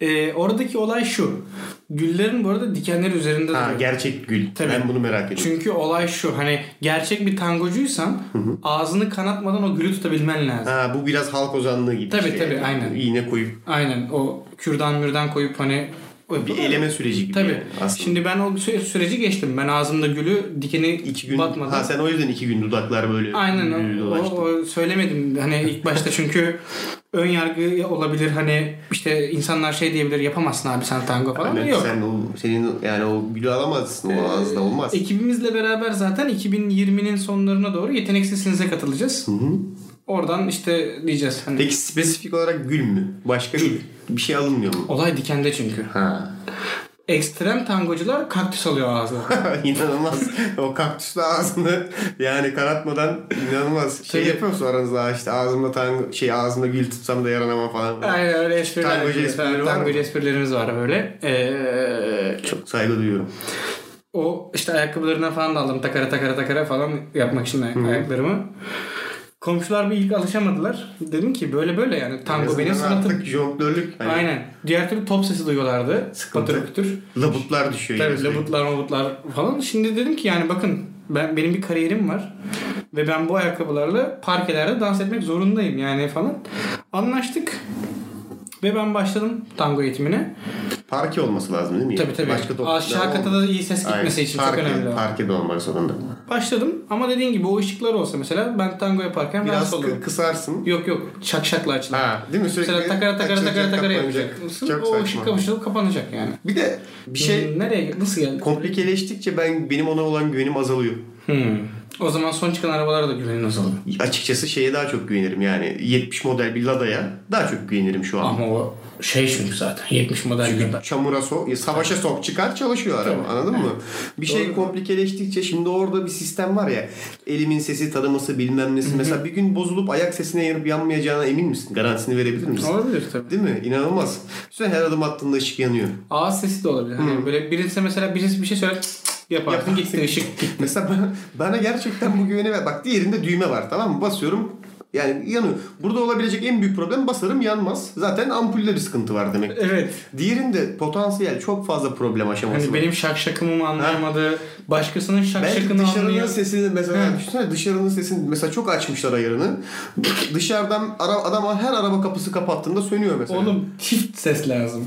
Ee, oradaki olay şu. Güllerin bu arada dikenleri üzerinde ha, duruyor. gerçek gül. Tabii. Ben bunu merak ediyorum. Çünkü olay şu. Hani gerçek bir tangocuysan ağzını kanatmadan o gülü tutabilmen lazım. Ha, bu biraz halk ozanlığı gibi. şey. Tabii, işte. tabii, aynen. İğne koyup. Aynen o kürdan mürdan koyup hani Bir eleme süreci gibi. Tabii. yani aslında. Şimdi ben o sü- süreci geçtim. Ben ağzımda gülü dikeni iki gün, batmadan. Ha sen o yüzden iki gün dudaklar böyle Aynen yürüyü o, o, dolaştı. o söylemedim hani ilk başta çünkü ön yargı olabilir hani işte insanlar şey diyebilir yapamazsın abi sen tango falan Aynen, yok. Hani Sen o, senin yani o gülü alamazsın o ağızda Ee, olmaz. Ekibimizle beraber zaten 2020'nin sonlarına doğru yetenek sesinize katılacağız. Hı hı. Oradan işte diyeceğiz hani. Peki spesifik olarak gül mü? Başka bir, bir şey alınmıyor mu? Olay dikende çünkü. Ha. Ekstrem tangocular kaktüs alıyor ağzına. inanılmaz. o kaktüsle ağzını yani kanatmadan inanılmaz. Şey Tabii. yapıyorsun aranızda işte ağzımda tango, şey ağzımda gül tutsam da yaranamam falan. Aynen öyle espriler. Tangocu yapıyoruz. esprileri var Tangocu mı? esprilerimiz var böyle. Ee, Çok saygı duyuyorum. O işte ayakkabılarına falan da aldım. Takara takara takara falan yapmak için ayak- ayaklarımı. Komşular bir ilk alışamadılar. Dedim ki böyle böyle yani tango benim Arasından sanatım. Artık jonglörlük. Hani Aynen. Diğer türlü top sesi duyuyorlardı. Sıkıntı. Patır kütür. Labutlar düşüyor. yine Tabii sürekli. labutlar mabutlar falan. Şimdi dedim ki yani bakın ben benim bir kariyerim var. Ve ben bu ayakkabılarla parkelerde dans etmek zorundayım yani falan. Anlaştık. Ve ben başladım tango eğitimine. Parke olması lazım değil mi? Tabii tabii. Başka top- Aşağı kata da iyi ses gitmesi Aynen. için parke, çok önemli. o. Parke de olmak zorunda. Başladım ama dediğin gibi o ışıklar olsa mesela ben tango yaparken Biraz rahatsız kı- olurum. kısarsın. Yok yok çak şakla açılır. Ha, değil mi? Sürekli Mesela takara takara açılacak, takara takara kapanacak. yapacaksın. Çok o ışık saçma. kapışılıp kapanacak yani. Bir de bir şey Hmm, Nereye nasıl geldi? komplikeleştikçe ben benim ona olan güvenim azalıyor. Hmm. O zaman son çıkan arabalara da güvenin azalır. Açıkçası şeye daha çok güvenirim yani 70 model bir Lada'ya daha çok güvenirim şu an. Ama o şey çünkü zaten 70 model gibi. Çamura sok, savaşa sok çıkar çalışıyor araba anladın mı? Bir şey Doğru. komplikeleştikçe şimdi orada bir sistem var ya elimin sesi tanıması bilmem nesi mesela bir gün bozulup ayak sesine yanıp yanmayacağına emin misin? Garantisini verebilir misin? Olabilir tabii. Değil mi? İnanılmaz. Üstüne her adım attığında ışık yanıyor. Ağız sesi de olabilir. Hani böyle birisi mesela birisi bir şey söyler cık cık yaparsın gitti ışık gitti. Mesela bana, bana gerçekten bu güveni ver. Bak diğerinde düğme var tamam mı? Basıyorum yani yanıyor. Burada olabilecek en büyük problem basarım yanmaz. Zaten ampulde bir sıkıntı var demek. Evet. Diğerinde potansiyel çok fazla problem aşaması Hani var. benim şak şakımı mı anlayamadı? Başkasının şak Belki şakını dışarının anlıyor. sesini mesela He. düşünsene dışarının sesini mesela çok açmışlar ayarını. Dışarıdan ara, adam her araba kapısı kapattığında sönüyor mesela. Oğlum çift ses lazım.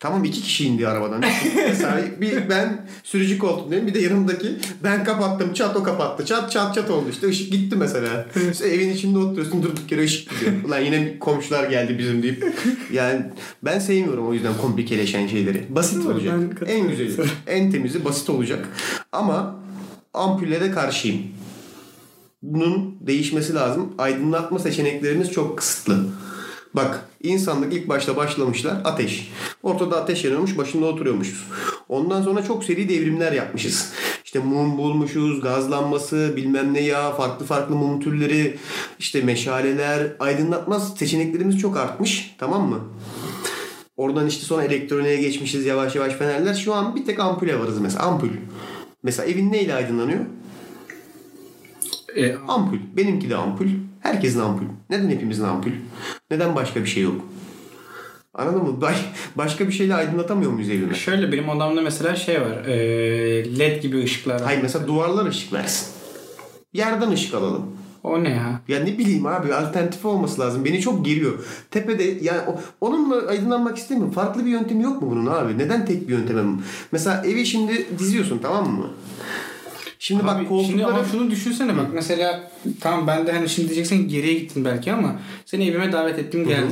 Tamam iki kişi indi arabadan. Mesela bir ben sürücü koltuğundayım bir de yanımdaki ben kapattım çat o kapattı çat çat çat oldu işte ışık gitti mesela. İşte evin içinde oturuyorsun durduk yere ışık gidiyor. Ulan yine komşular geldi bizim deyip. Yani ben sevmiyorum o yüzden komplikeleşen şeyleri. Basit Doğru, olacak. ben En katılıyorum. güzeli. En temizi basit olacak. Ama ampulle de karşıyım. Bunun değişmesi lazım. Aydınlatma seçeneklerimiz çok kısıtlı. Bak insanlık ilk başta başlamışlar ateş. Ortada ateş yanıyormuş başında oturuyormuşuz. Ondan sonra çok seri devrimler yapmışız. İşte mum bulmuşuz, gazlanması, bilmem ne ya, farklı farklı mum türleri, işte meşaleler, aydınlatma seçeneklerimiz çok artmış. Tamam mı? Oradan işte sonra elektroniğe geçmişiz yavaş yavaş fenerler. Şu an bir tek ampule varız mesela. Ampul. Mesela evin neyle aydınlanıyor? E, Ampul. Benimki de ampul. Herkesin ampul. Neden hepimizin ampul? Neden başka bir şey yok? Anladın mı? Baş- başka bir şeyle aydınlatamıyor muyuz evimi? Şöyle benim odamda mesela şey var. eee, LED gibi ışıklar var. Hayır mesela duvarlar ışık versin. Yerden ışık alalım. O ne ya? Ya ne bileyim abi alternatif olması lazım. Beni çok geriyor. Tepede yani o- onunla aydınlanmak istemiyorum. Farklı bir yöntemi yok mu bunun abi? Neden tek bir yöntemim? Mesela evi şimdi diziyorsun tamam mı? Şimdi Abi bak şimdi ama koltuklara şunu düşünsene bek mesela tamam ben de hani şimdi diyeceksin geriye gittin belki ama seni evime davet ettim geldin.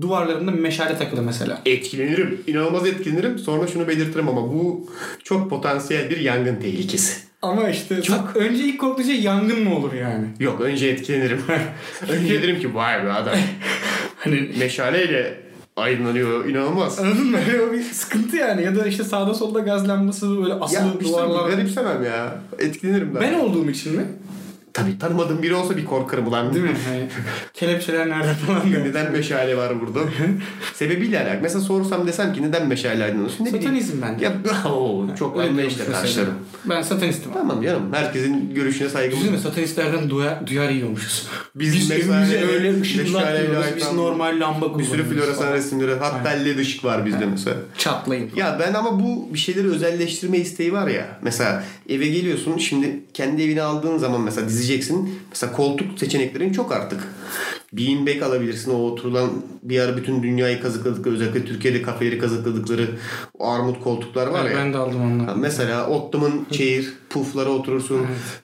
Duvarlarımda meşale takılı mesela. etkilenirim. İnanılmaz etkilenirim. Sonra şunu belirtirim ama bu çok potansiyel bir yangın tehlikesi. Ama işte çok... önce ilk korktuğun şey yangın mı olur yani? Yok önce etkilenirim. önce derim ki vay be adam Hani meşaleyle aydınlanıyor inanılmaz. anladın mı? Öyle bir sıkıntı yani ya da işte sağda solda gaz lambası böyle Ya asılı işte duvarlar. garipsemem ya. Etkilenirim ben. Ben olduğum için mi? Tabii tanımadığım biri olsa bir korkarım ulan. Değil mi? Hani kelepçeler nerede falan diye. Neden meşale var burada? Sebebiyle alakalı. Mesela sorsam desem ki neden meşale aydınlanıyorsun? Ne bileyim. Satanizm bence. Ya oo, çok Öyle anlayışla diyormuş mesela. karşılarım. Ben satanistim. Tamam canım. Herkesin görüşüne saygım. Düşünsene satanistlerden duyar, duyar yiyormuşuz. Biz Biz, mesela evimize öyle öyle meşaleyle ışınlatmıyoruz. Biz ayaklandık. normal lamba Bir kullanıyoruz. sürü floresan falan. resimleri. Hatta led ışık var bizde mesela. Çatlayın. Ya ben ama bu bir şeyleri özelleştirme isteği var ya. Mesela eve geliyorsun şimdi kendi evini aldığın zaman mesela dizeceksin. Mesela koltuk seçeneklerin çok artık. Beanbag alabilirsin. O oturulan bir ara bütün dünyayı kazıkladıkları özellikle Türkiye'de kafeleri kazıkladıkları o armut koltuklar var ya. Ben de aldım onları. Ha, Mesela Ottom'un çeyir puflara oturursun.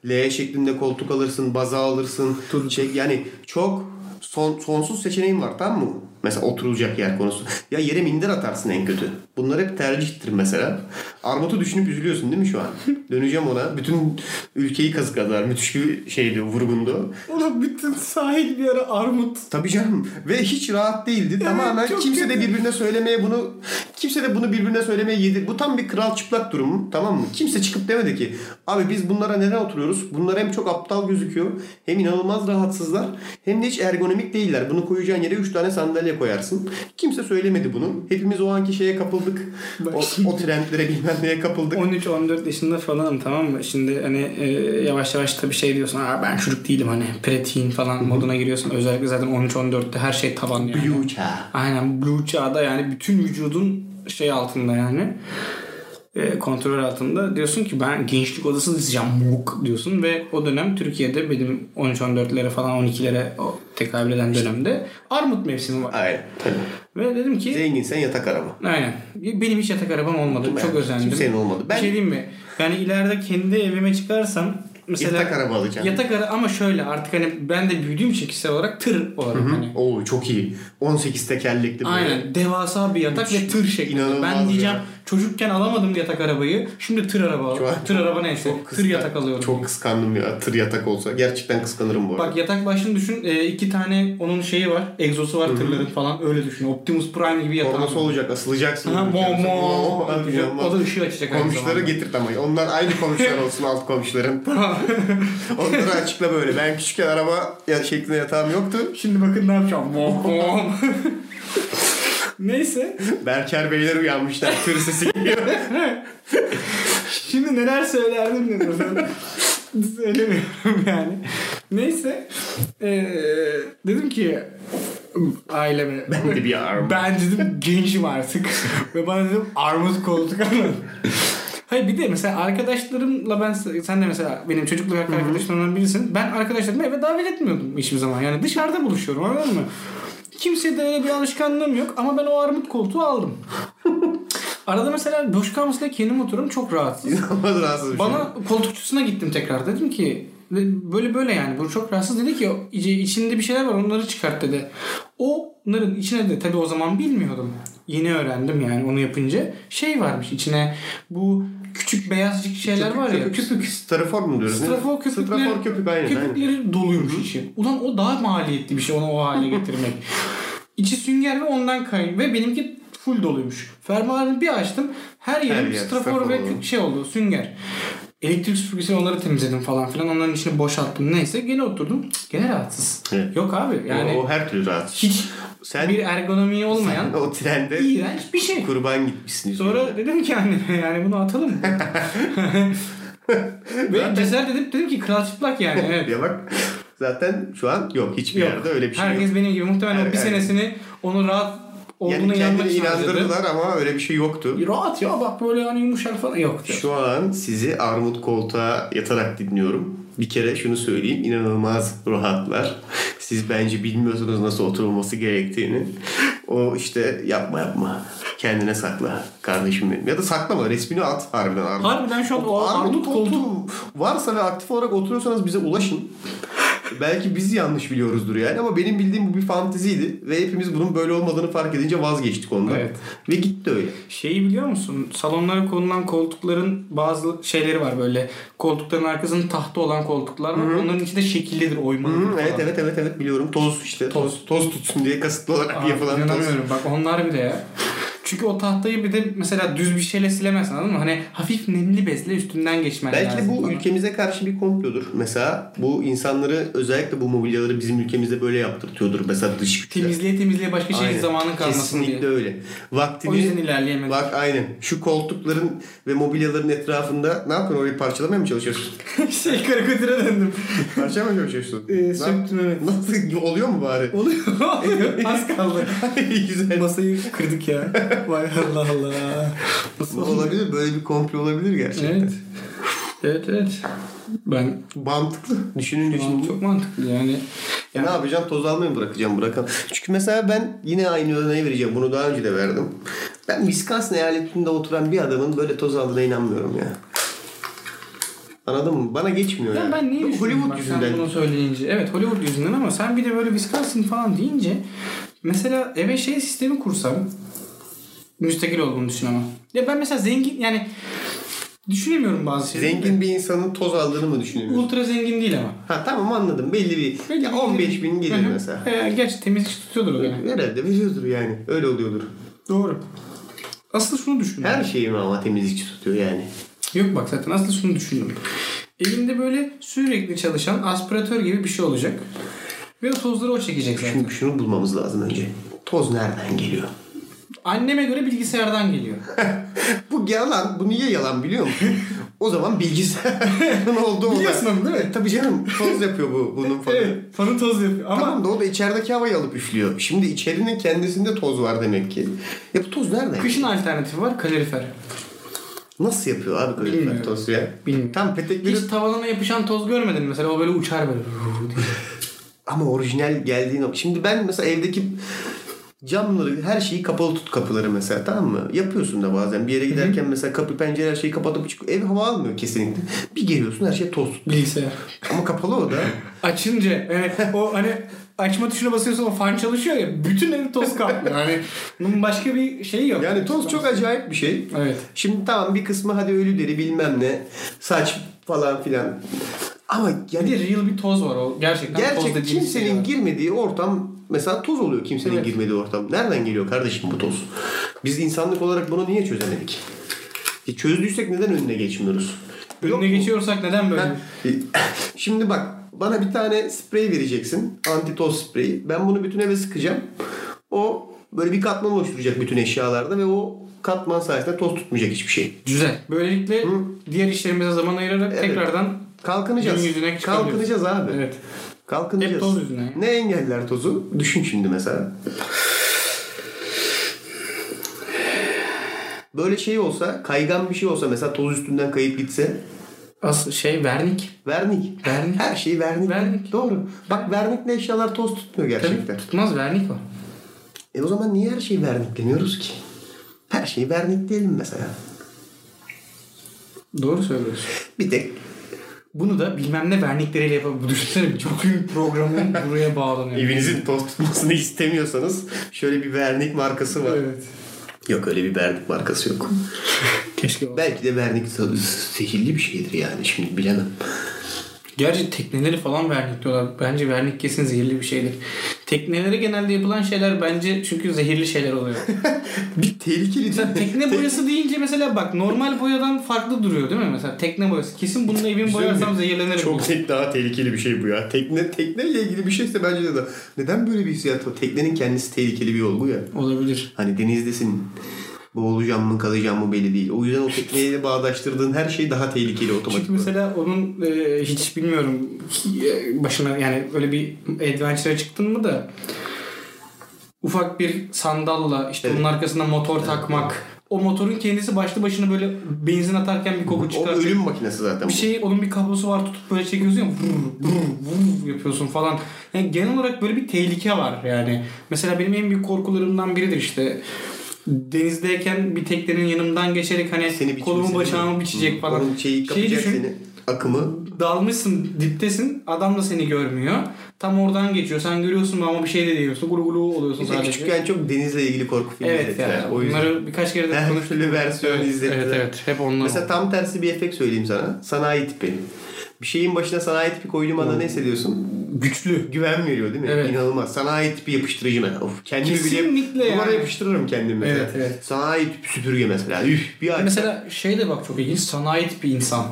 L şeklinde koltuk alırsın, baza alırsın. Şey, yani çok son, sonsuz seçeneğin var tamam mı? Mesela oturulacak yer konusu. Ya yere minder atarsın en kötü. Bunlar hep tercihtir mesela. Armut'u düşünüp üzülüyorsun değil mi şu an? Döneceğim ona. Bütün ülkeyi kazıkladılar. Müthiş bir şeydi, vurgundu. Oğlum bütün sahil bir ara armut. Tabii canım. Ve hiç rahat değildi. Tamamen çok kimse de kötü. birbirine söylemeye bunu kimse de bunu birbirine söylemeye yedi. Bu tam bir kral çıplak durumu. Tamam mı? Kimse çıkıp demedi ki abi biz bunlara neden oturuyoruz? Bunlar hem çok aptal gözüküyor. Hem inanılmaz rahatsızlar. Hem de hiç ergonomik değiller. Bunu koyacağın yere 3 tane sandalye koyarsın. Kimse söylemedi bunu. Hepimiz o anki şeye kapıldık. Bak O, şimdi- o trendlere bilmem neye kapıldık. 13-14 yaşında falanım tamam mı? Şimdi hani e, yavaş yavaş tabii şey diyorsun. Aa, ben çocuk değilim hani pratiğin falan moduna giriyorsun. Özellikle zaten 13-14'te her şey tavan yani. Blue çağ. Aynen blue çağda yani bütün vücudun şey altında yani e, kontrol altında diyorsun ki ben gençlik odası diyeceğim muk diyorsun ve o dönem Türkiye'de benim 13-14'lere falan 12'lere o tekabül eden dönemde armut mevsimi var. Aynen. Tabii. Ve dedim ki Zenginsen yatak araba. Aynen. Benim hiç yatak arabam olmadı. Çok özendim. Kimsenin olmadı. Ben- Bir şey diyeyim mi? Yani ileride kendi evime çıkarsam mesela Yatak araba alacağım. Yatak ara ama şöyle artık hani ben de büyüdüğüm için kişisel olarak tır olarak hani. Oo çok iyi. 18 tekerlekli böyle. Aynen. Devasa bir yatak ve tır şeklinde. İnanılmaz Ben diyeceğim ya. çocukken alamadım yatak arabayı. Şimdi tır araba alıyorum. an- Tır araba neyse. Tır Kıskan- yatak alıyorum. Çok kıskandım ya tır yatak olsa. Gerçekten kıskanırım bu arada. Bak yatak başını düşün. E, iki tane onun şeyi var. Egzosu var tırların falan. Öyle düşün. Optimus Prime gibi yatağı. Forması olacak asılacaksın. Ha, mo Mo- mo. mo- mo- O da ışığı açacak aynı Komşuları zamanda. getir ama. Onlar aynı komşular olsun alt komşuların. Onları açıkla böyle. Ben küçükken araba ya- şeklinde yatağım yoktu. Şimdi bakın ne yapacağım. Vom, vom. Neyse. Berker beyler uyanmışlar. Tır sesi geliyor. Şimdi neler söylerdim de buradan. Söylemiyorum yani. Neyse. Ee, dedim ki aileme. Ben de bir armut. Ben dedim gençim artık. Ve bana dedim armut koltuk alın. Hayır bir de mesela arkadaşlarımla ben sen de mesela benim çocukluk arkadaşlarımdan birisin. Ben arkadaşlarımı eve davet etmiyordum hiçbir zaman. Yani dışarıda buluşuyorum anladın mı? Kimseye de öyle bir alışkanlığım yok ama ben o armut koltuğu aldım. Arada mesela boş kalmasına kendim oturuyorum çok rahatsız. İnanılmaz rahatsız bir şey. Bana koltukçusuna gittim tekrar. Dedim ki böyle böyle yani bu çok rahatsız dedi ki "İçi- içinde bir şeyler var onları çıkart dedi. Onların içine de tabii o zaman bilmiyordum. Yeni öğrendim yani onu yapınca. Şey varmış içine bu küçük beyazcık şeyler var ya köpük. küpük. Strafor mu diyoruz? ne? Strafor köpükleri, Strafor köpük aynen. aynen. köpükleri doluymuş içi. Ulan o daha maliyetli bir şey onu o hale getirmek. İçi sünger ve ondan kayın ve benimki full doluymuş. Fermuarını bir açtım her yerim yer strafor strafor ve oldu. şey oldu sünger. Elektrik süpürgesiyle onları temizledim falan filan. Onların içini boşalttım. Neyse gene oturdum. Cık, Gene rahatsız. Evet. Yok abi yani o her türlü rahatsız. hiç Sen- bir ergonomiyi olmayan O trende iğrenç bir şey. kurban gitmişsiniz. Sonra dedim ki anneme yani bunu atalım. Ve cesaret edip dedim ki kral çıplak yani. Evet. Ya bak zaten şu an yok hiçbir Yok. yerde öyle bir şey Herkes yok. benim gibi muhtemelen Her- o bir her- senesini onu rahat olduğuna Yani kendini inanmak için harcadı. inandırdılar ama öyle bir şey yoktu. Rahat ya bak böyle hani yumuşak falan yok. diyor. Şu an sizi armut koltuğa yatarak dinliyorum. Bir kere şunu söyleyeyim inanılmaz rahatlar. Siz bence bilmiyorsunuz nasıl oturulması gerektiğini. O işte yapma yapma. Kendine sakla kardeşim benim. Ya da saklama resmini at harbiden armut. Harbiden şu an o armut koltuğu varsa ve aktif olarak oturuyorsanız bize ulaşın. Belki biz yanlış biliyoruzdur yani ama benim bildiğim bu bir fanteziydi ve hepimiz bunun böyle olmadığını fark edince vazgeçtik ondan. Evet. Ve gitti öyle. Şeyi biliyor musun? Salonlara konulan koltukların bazı şeyleri var böyle. Koltukların arkasında tahta olan koltuklar var. Onların içi de şekillidir, oymalıdır Hı, falan. evet evet evet evet biliyorum toz işte toz toz tutsun diye kasıtlı olarak Aa, yapılan toz. inanamıyorum. Bak onlar bile ya. Çünkü o tahtayı bir de mesela düz bir şeyle silemezsin anladın mı? Hani hafif nemli bezle üstünden geçmen Belki de lazım. bu falan. ülkemize karşı bir komplodur. Mesela bu insanları özellikle bu mobilyaları bizim ülkemizde böyle yaptırtıyordur. Mesela dış güçler. Temizliğe temizliğe başka şey Aynen. zamanın kalmasın Kesinlikle diye. öyle. Vaktini, O yüzden ilerleyemedik. Bak aynen. Şu koltukların ve mobilyaların etrafında ne yapıyorsun? Orayı parçalamaya mı çalışıyorsun? şey karikatüre döndüm. parçalamaya mı çalışıyorsun? Ee, Ne- söktüm, evet. Nasıl? Oluyor mu bari? Oluyor. Az kaldı. Güzel. Masayı kırdık ya. Vay Allah Allah. şey- Bu olabilir. Böyle bir komplo olabilir gerçekten. Evet. Evet evet. Ben Mantıklı. Düşününce şimdi. çok mantıklı yani. Ya ne yapacağım? Toz almayı mı bırakacağım? Bırakan. Çünkü mesela ben yine aynı örneği vereceğim. Bunu daha önce de verdim. Ben Wisconsin eyaletinde oturan bir adamın böyle toz aldığına inanmıyorum ya. Anladın mı? Bana geçmiyor Ya yani. ben neyi düşündüm Hollywood bak yüzünden. sen bunu söyleyince. Evet Hollywood yüzünden ama sen bir de böyle Wisconsin falan deyince mesela eve şey sistemi kursam müstakil olduğunu düşün ama. Ya ben mesela zengin yani düşünemiyorum bazı şeyleri. Zengin bir insanın toz aldığını mı düşünüyorsun? Ultra zengin değil ama. Ha tamam anladım. Belli bir. Belli ya bir- 15 bin Hı gelir hı. mesela. Ee, gerçi temiz iş tutuyordur o yani. Herhalde veriyordur yani. Öyle oluyordur. Doğru. Asıl şunu düşündüm. Her şeyimi ama temizlikçi tutuyor yani. Yok bak zaten asıl şunu düşündüm. Elimde böyle sürekli çalışan aspiratör gibi bir şey olacak. Ve o tozları o çekecek zaten. Şimdi şunu bulmamız lazım önce. Toz nereden geliyor? Anneme göre bilgisayardan geliyor. Bu yalan. Bu niye yalan biliyor musun? o zaman bilgisayarın olduğu olan- Biliyorsun ama değil mi? Tabii canım. Toz yapıyor bu bunun falan. Evet, fanı toz yapıyor. Ama Tamam da o da içerideki havayı alıp üflüyor. Şimdi içerinin kendisinde toz var demek ki. Ya bu toz nereden? kışın alternatifi var kalorifer. Nasıl yapıyor abi kalorifer Bilmiyorum. toz ya? Bilmiyorum. Tam petekleri... Hiç tavanına yapışan toz görmedin mi? mesela o böyle uçar böyle. diye. Ama orijinal geldiği nokta. Şimdi ben mesela evdeki camları her şeyi kapalı tut kapıları mesela tamam mı? Yapıyorsun da bazen bir yere giderken mesela kapı pencere her şeyi kapatıp çık ev hava almıyor kesinlikle. Bir geliyorsun her şey toz. Bilgisayar. Ama kapalı o da. Açınca yani o hani açma tuşuna basıyorsun o fan çalışıyor ya bütün evi toz kaplıyor. Hani bunun başka bir şeyi yok. Yani toz çok acayip bir şey. Evet. Şimdi tamam bir kısmı hadi ölü deri bilmem ne saç falan filan. Ama Bir yani de real bir toz var o. Gerçekten toz gerçek dediğimiz şey kimsenin var. girmediği ortam mesela toz oluyor kimsenin Evet. girmediği ortam. Nereden geliyor kardeşim bu toz? Biz insanlık olarak bunu niye çözemedik? E çözdüysek neden önüne geçmiyoruz? Yok mu? Önüne geçiyorsak neden böyle? Ben- Şimdi bak bana bir tane sprey vereceksin. Anti toz spreyi. Ben bunu bütün eve sıkacağım. O böyle bir katman oluşturacak bütün eşyalarda ve o katman sayesinde toz tutmayacak hiçbir şey. Güzel. Böylelikle diğer işlerimize zaman ayırarak Evet. tekrardan Kalkınacağız. Gün yüzüne çıkabiliyoruz. Kalkınacağız abi. evet. Kalkınacağız. Hep toz yüzüne. Ne engeller tozu? Düşün şimdi mesela. Böyle şey olsa, kaygan bir şey olsa mesela toz üstünden kayıp gitse Asıl şey vernik. vernik. Vernik. Her şeyi vernik. Vernik. Doğru. Bak vernikle eşyalar toz tutmuyor gerçekten. Tabii tutmaz vernik o. E o zaman niye her şeyi vernikleniyoruz ki? Her şeyi vernikleyelim mesela. Doğru söylüyorsun. Bir tek Bunu da bilmem ne vernikleriyle yapalım. Düşünsene çok iyi bir programın buraya bağlanıyor. evinizin toz tutmasını istemiyorsanız şöyle bir vernik markası var. evet. Yok öyle bir vernik markası yok. Keşke olsa. Belki de vernik se- sihirli bir şeydir yani şimdi bilemem. Gerçi tekneleri falan vernik diyorlar. Bence vernik kesin zehirli bir şeydir. Teknelere genelde yapılan şeyler bence çünkü zehirli şeyler oluyor. Bir tehlikeli Mesela tekne boyası deyince mesela bak normal boyadan farklı duruyor değil mi? Mesela tekne boyası. Kesin bununla evimi boyarsam zehirlenirim. çok net daha tehlikeli bir şey bu ya. Tekne tekneyle ilgili bir şeyse bence de da neden böyle bir hissiyat var? Teknenin kendisi tehlikeli bir olgu ya. Olabilir. Hani denizdesin. Boğulacağım mı kalacağım mı belli değil. O yüzden o tekneyle bağdaştırdığın her şey daha tehlikeli otomatik. Çünkü mesela onun e, hiç bilmiyorum e, başına yani öyle bir adventure'a çıktın mı da ufak bir sandalla işte Evet. onun arkasına motor takmak o motorun kendisi başlı başına böyle benzin atarken bir koku o çıkar. ölüm makinesi zaten. bu. bir şey onun bir kablosu var tutup böyle çekiyorsun ya vur, vur, vur yapıyorsun falan. Yani genel olarak böyle bir tehlike var yani. Mesela benim en büyük korkularımdan biridir işte denizdeyken bir teknenin yanımdan geçerek hani Seni biçmesi kolumu değil mi? bacağımı biçecek Hı. falan. Şey Onun şeyi kapacak seni. Akımı. Dalmışsın diptesin adam da seni görmüyor. Tam oradan geçiyor sen görüyorsun ama bir şey de diyemiyorsun. Gulu gulu oluyorsun Biz de sadece. küçükken çok denizle ilgili korku filmi evet izlettiler. yani. O yüzden. Bunları birkaç kere de Her konuştuk. türlü versiyonu evet, izlettiler. Evet evet hep onlar Mesela oldu. tam tersi bir efekt söyleyeyim sana. Sanayi tipi. Bir şeyin başına sanayi tipi koyduğum anda ne hissediyorsun? Güçlü. Güven veriyor değil mi? Evet. İnanılmaz. Sanayi tipi yapıştırıcı mesela. Of, kendimi Kesinlikle bile yani. duvara yapıştırırım kendimi mesela. Evet, evet. Sanayi tipi süpürge mesela. Üf bir ay. Mesela şey de bak çok ilginç. Sanayi tipi insan.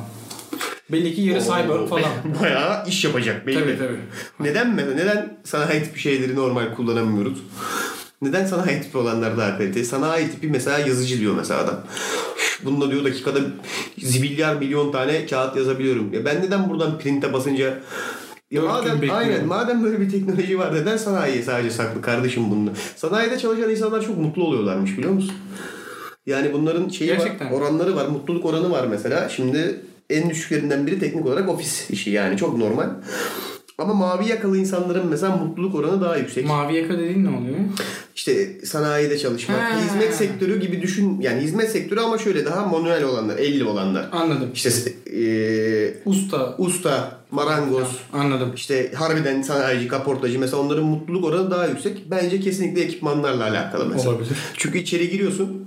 Belli ki yarı cyber falan. Bayağı iş yapacak belli. Tabii, tabii. Neden mesela? Neden sanayi tipi şeyleri normal kullanamıyoruz? Neden sanayi tipi olanlar daha kaliteli? Sanayi tipi mesela yazıcı diyor mesela adam. Üf, Bununla diyor dakikada zibilyar milyon tane kağıt yazabiliyorum. Ya ben neden buradan print'e basınca ya Dört gün madem, bekliyorum. aynen, madem böyle bir teknoloji var neden sanayiye sadece saklı kardeşim bununla? Sanayide çalışan insanlar çok mutlu oluyorlarmış biliyor musun? Yani bunların şeyi Gerçekten. var, oranları var, mutluluk oranı var mesela. Şimdi en düşüklerinden biri teknik olarak ofis işi yani çok normal. Ama mavi yakalı insanların mesela mutluluk oranı daha yüksek. Mavi yaka dediğin ne oluyor? İşte sanayide çalışmak, Ha. hizmet sektörü gibi düşün. Yani hizmet sektörü ama şöyle daha manuel olanlar, elli olanlar. Anladım. İşte eee, Usta. usta, marangoz, Anladım. işte harbiden sanayici, kaportacı mesela onların mutluluk oranı daha yüksek. Bence kesinlikle ekipmanlarla alakalı mesela. Olabilir. Çünkü içeri giriyorsun.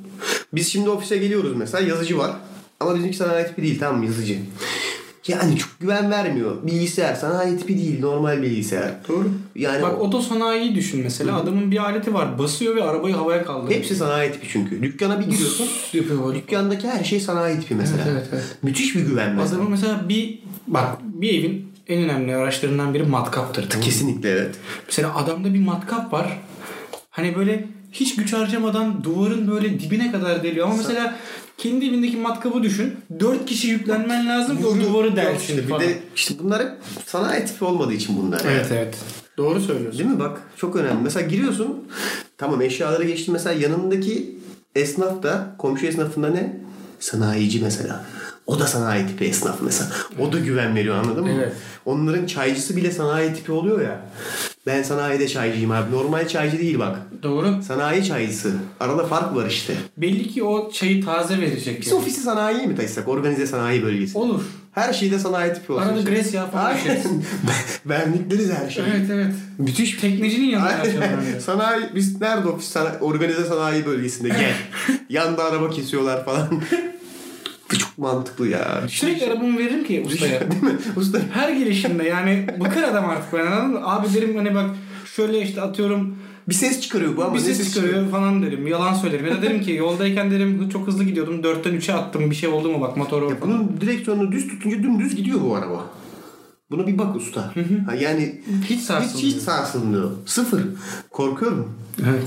Biz şimdi ofise geliyoruz mesela yazıcı var. Ama bizimki sanayi tipi değil tamam mı yazıcı. Yani çok güven vermiyor. Bilgisayar sanayi tipi değil normal bilgisayar. Doğru. Yani Bak o- otosanayiyi düşün mesela. Adamın bir aleti var. Basıyor ve arabayı havaya kaldırıyor. hepsi sanayi tipi çünkü. Dükkana bir giriyorsun. yapıyor böyle. Dükkandaki her şey sanayi tipi mesela. Evet, evet, evet. Müthiş bir güven mesela. Adamın mesela bir bak bir evin en önemli araçlarından biri matkaptır. Tamam. mı? Kesinlikle evet. Mesela adamda bir matkap var. Hani böyle hiç güç harcamadan duvarın böyle dibine kadar deliyor. Ama mesela kendi evindeki matkabı düşün. Dört kişi yüklenmen lazım ki o duvarı delsin Şimdi bir falan. de işte bunlar hep sanayi tipi olmadığı için bunlar. yani. Evet evet. Doğru söylüyorsun. Değil mi bak çok önemli. Mesela giriyorsun tamam eşyaları geçtin mesela yanındaki esnaf da komşu esnafında ne? Sanayici mesela. O da sanayi tipi esnaf mesela. O da güven veriyor anladın mı? Evet. Onların çaycısı bile sanayi tipi oluyor ya. Ben sanayide çaycıyım abi. Normal çaycı değil bak. Doğru. Sanayi çaycısı. Arada fark var işte. Belli ki o çayı taze verecek. Biz yani. ofisi sanayiye mi taşısak? Organize sanayi bölgesi. Olur. Her şeyde sanayi tipi olsun. Arada gres yağı falan Aynen. içeriz. Benlikleriz her şey. Evet evet. Müthiş Teknicinin yanına yapacağım ben Aynen. de. sanayi biz nerede ofis sana, organize sanayi bölgesinde gel. Yanda araba kesiyorlar falan. Bu çok mantıklı ya. Sürekli arabamı veririm ki ustaya. Değil mi? Usta Her gelişimde yani bıkır adam artık ben anladın mı? Abi derim hani bak şöyle işte atıyorum bir ses çıkarıyor bu ama bir ne ses çıkarıyor falan derim. Yalan söylerim. Ya da derim ki yoldayken derim "Hı, çok hızlı gidiyordum. Dörtten üçe attım. Bir şey oldu mu bak motoru falan. Bunun direksiyonunu düz tutunca dümdüz gidiyor bu araba. Buna bir bak usta. Ha, yani Hiç hiç, sarsılmıyor. hiç sarsılmıyor. Sıfır. Korkuyorum. Evet.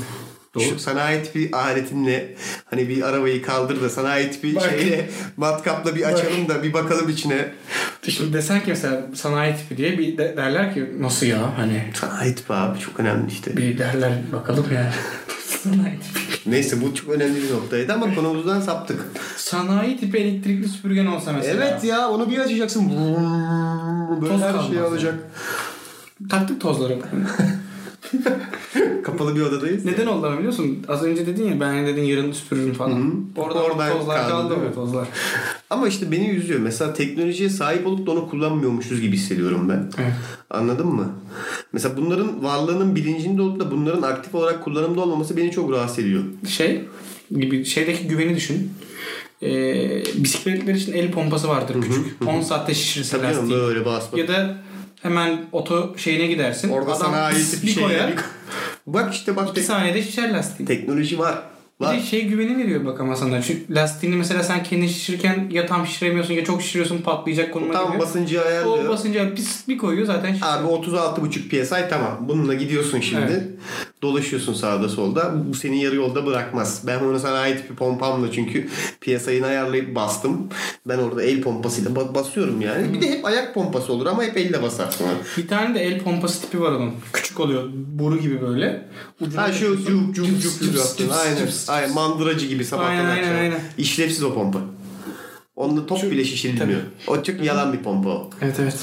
Şu sanayi tipi aletinle hani bir arabayı kaldır da sanayi tipi Bak. şeyle matkapla bir açalım da bir bakalım içine. Şimdi desen ki mesela sanayi tipi diye bir de- derler ki nasıl ya hani Sanayi tipi abi çok önemli işte. bir derler bakalım ya. sanayi tipi. Neyse bu çok önemli bir noktaydı ama konumuzdan saptık. Sanayi tipi elektrikli süpürgen olsa mesela. Evet ya onu bir açacaksın. Vuuu, Böyle Toz her kalmaz şey yani. alacak. Taktık tozları. Kapalı bir odadayız. Neden oldu ama biliyorsun? Az önce dedin ya ben hani dedin yarın süpürürüm falan. Orada Oradan tozlar kaldı, kaldı, değil mi? mı tozlar? Ama işte beni üzüyor. Mesela teknolojiye sahip olup da onu kullanmıyormuşuz gibi hissediyorum ben. Evet. Anladın mı? Mesela bunların varlığının bilincinde olup da bunların aktif olarak kullanımda olmaması beni çok rahatsız ediyor. Şey gibi şeydeki güveni düşün. Ee, bisikletler için el pompası vardır küçük. 10 saatte şişirsin Tabii canım lastiği. böyle basma. Ya da hemen oto şeyine gidersin. Orada sanayi pıs tipi bir şeyler- koyar. şey. Bak işte bak Bir tek- saniyede şişer lastiği. teknoloji var. Bir de Var. şey güveni veriyor bak ama sana. Çünkü lastiğini mesela sen kendin şişirirken ya tam şişiremiyorsun ya çok şişiriyorsun patlayacak konuma Tam geliyor. basıncı o ayarlıyor. basınca pis bir koyuyor zaten şişiyor. Abi 36,5 PSI tamam. Bununla gidiyorsun şimdi. Evet. Dolaşıyorsun sağda solda. Bu seni yarı yolda bırakmaz. Ben onu sana ait bir pompamla çünkü piyasayı ayarlayıp bastım. Ben orada el pompasıyla ba- basıyorum yani. Bir de hep ayak pompası olur ama hep elle basarsın. abi. Bir tane de el pompası tipi var onun. Küçük oluyor. Boru gibi böyle. Ucuna Ha şu takıyorsun. cuk cuk Cüps, cuk cüps, cuk cüps, Aynen. cüps. Aynen. Mandıracı gibi sabahtan Aynen, aynen, akşama. aynen. İşlevsiz o pompa. Onunla top Şu- bile şişirilmiyor. O çok yalan bir pompa o. Evet evet.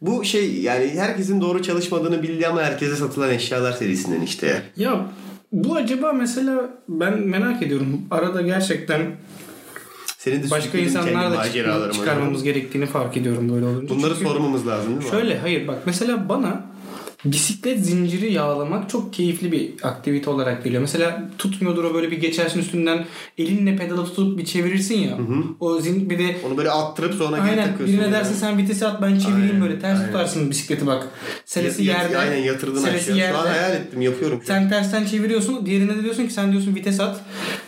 Bu şey yani herkesin doğru çalışmadığını bildiği ama herkese satılan eşyalar serisinden işte ya. Ya bu acaba mesela ben merak ediyorum. Arada gerçekten Senin de başka sürüklediğin insanlar kendi da çıkma- maceraların çıkarmamız gerektiğini fark ediyorum böyle olunca. var. Bunları Çünkü sormamız lazım değil mi? Şöyle hayır bak mesela bana bisiklet zinciri yağlamak çok keyifli bir aktivite olarak geliyor. Mesela tutmuyordur o böyle bir geçersin üstünden elinle pedalı tutup bir çevirirsin ya. O zin bir de Onu böyle attırıp sonra geri Aynen takıyorsun. birine yani. dersin sen vitesi at ben çevireyim Aynen, böyle ters aynen. tutarsın bisikleti bak. Selesi Yat- yerde. Aynen yatırdın selesi aşağı. yerde. Şu an hayal ettim yapıyorum. Sen tersten çeviriyorsun diğerine de diyorsun ki sen diyorsun vites at.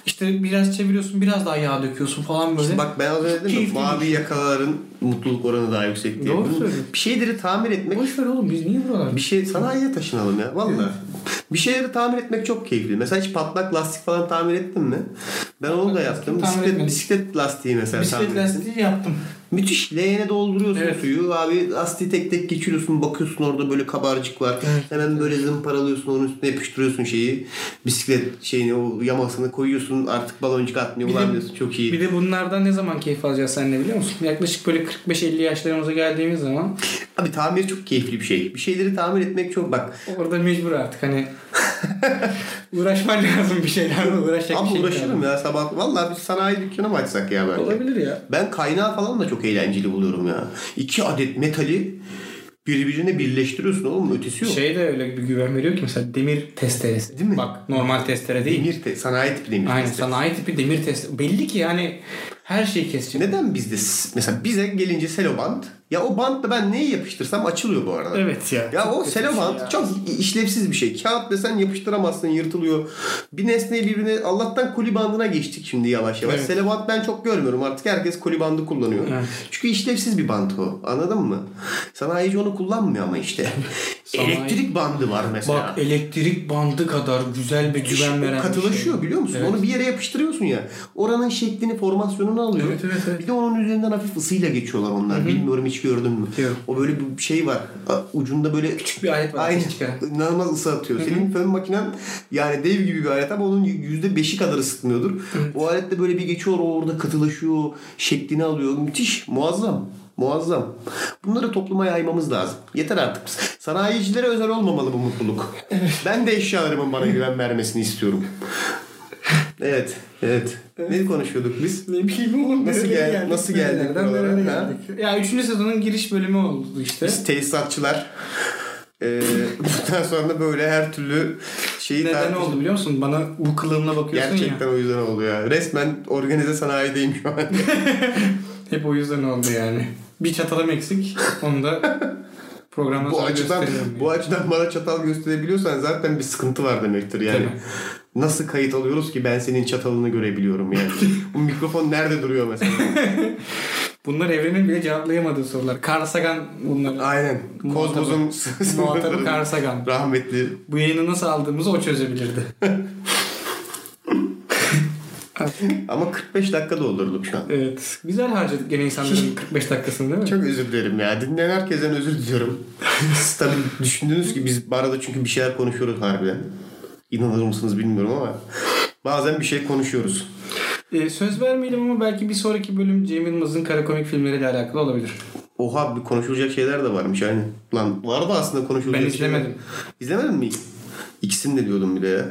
İşte biraz çeviriyorsun biraz daha yağ döküyorsun falan böyle. İşte bak ben az önce dedim Keyifli şey. ya mavi yakaların mutluluk oranı daha yüksek diye. Doğru Bunun- söylüyorsun. Bir şeyleri tamir etmek Boş ver oğlum biz niye buralar? bir şey sanayiye taşınalım ya valla. Bir şeyleri tamir etmek çok keyifli. Mesela hiç patlak lastik falan tamir ettin mi? Ben onu da yaptım. lastik tamir Bisiklet, etmedim. bisiklet lastiği mesela Bisiklet tamir ettim. lastiği yaptım. Müthiş. Leğene dolduruyorsun Evet. suyu. Abi lastiği tek tek geçiriyorsun. Bakıyorsun orada böyle kabarcık var. Hemen böyle zımparalıyorsun. Onun üstüne yapıştırıyorsun şeyi. Bisiklet şeyini o yamasını koyuyorsun. Artık baloncuk atmıyor. Bir de- Ulan diyorsun çok iyi. Bir de bunlardan ne zaman keyif alacağız seninle biliyor musun? Yaklaşık böyle 45-50 yaşlarımıza geldiğimiz zaman Abi tamir çok keyifli bir şey. Bir şeyleri tamir etmek çok bak. orada mecbur artık hani uğraşman lazım bir şeylerle uğraşacak bir Abi şey uğraşırım ya sabah. Vallahi biz sanayi dükkanı mı açsak ya kalmadı. belki. Olabilir ya. Ben kaynağı falan da çok eğlenceli buluyorum ya. İki adet metali birbirine birleştiriyorsun oğlum ötesi yok. Şey de öyle bir güven veriyor ki mesela demir testeresi. Değil mi? Bak normal testere değil. Demir te- sanayi tipi demir Aynen testi. sanayi tipi demir testere. Belli ki yani her şeyi kesecek. Neden bizde s- mesela bize gelince selobant ya o bantla ben neyi yapıştırsam açılıyor bu arada. Evet ya. Ya Çok o kötü bir selobant şey ya. çok i- işlevsiz bir şey. Kağıt desen yapıştıramazsın yırtılıyor. Bir nesneyi birbirine Allah'tan koli bandına geçtik şimdi yavaş yavaş. Evet. Selobant ben çok görmüyorum artık herkes koli bandı kullanıyor. Evet. Çünkü işlevsiz bir bant o anladın mı? Sanayici onu kullanmıyor ama işte. Sanayi- Elektrik bandı var mesela. Bak elektrik bandı kadar güzel bir Müthiş. güven O veren bir katılaşıyor şey. biliyor musun? Evet. Onu bir yere yapıştırıyorsun ya. Oranın şeklini, formasyonunu alıyor. Evet, evet, evet. Bir de onun üzerinden hafif ısıyla geçiyorlar onlar. Bilmiyorum hiç gördün mü? Yok. O böyle bir şey var. A- Ucunda böyle Küçük bir alet var. Aynen. Çıkaran. İnanılmaz ısı atıyor. Senin fön makinen yani dev gibi bir alet ama onun %5'i kadar ısıtmıyordur. O aletle böyle bir geçiyor o orada katılaşıyor. Şeklini alıyor. Müthiş. Muazzam. Muazzam. Bunları topluma yaymamız lazım. Yeter artık. Sanayicilere özel olmamalı bu mutluluk. Ben de eşyalarımın bana güven vermesini istiyorum. Evet. Evet. Ne konuşuyorduk biz? Ne bileyim oğlum. Nasıl nereye gel- nasıl geldik Nereden buralara, nereye ha? geldik? Ya 3. sezonun giriş bölümü oldu işte. Biz tesisatçılar. Ee, bundan sonra da böyle her türlü şeyi Neden tartışacağız. oldu biliyor musun? Bana bu kılığımla bakıyorsun Gerçekten ya. o yüzden oldu ya. Resmen organize sanayideyim şu an. Hep o yüzden oldu yani. Bir çatalım eksik. Onu da programdan bu sonra açıdan gösteririm bu yani. açıdan bana çatal gösterebiliyorsan zaten bir sıkıntı var demektir yani. Nasıl kayıt alıyoruz ki ben senin çatalını görebiliyorum yani. bu mikrofon nerede duruyor mesela? Bunlar evrenin bile cevaplayamadığı sorular. Carl Sagan bunlar. Aynen. Muhatabı- Kozmos'un Muhatabı Carl Sagan. rahmetli Bu yayını nasıl aldığımızı o çözebilirdi. ama 45 dakika doldurduk şu an. evet. Güzel harcadık gene insanların 45 dakikasını değil mi? Çok özür dilerim ya. Dinleyen herkesten özür diliyorum. Siz tabii düşündünüz ki biz bu arada çünkü bir şeyler konuşuyoruz harbiden. İnanır mısınız bilmiyorum ama bazen bir şey konuşuyoruz. Ee, söz vermeyelim ama belki bir sonraki bölüm Cem Yılmaz'ın kara komik filmleriyle alakalı olabilir. Oha bir konuşulacak şeyler de varmış aynen. Lan vardı aslında konuşulacak Ben şeyler. izlemedim. İzlemedin mi? İkisini de diyordum bir de ya.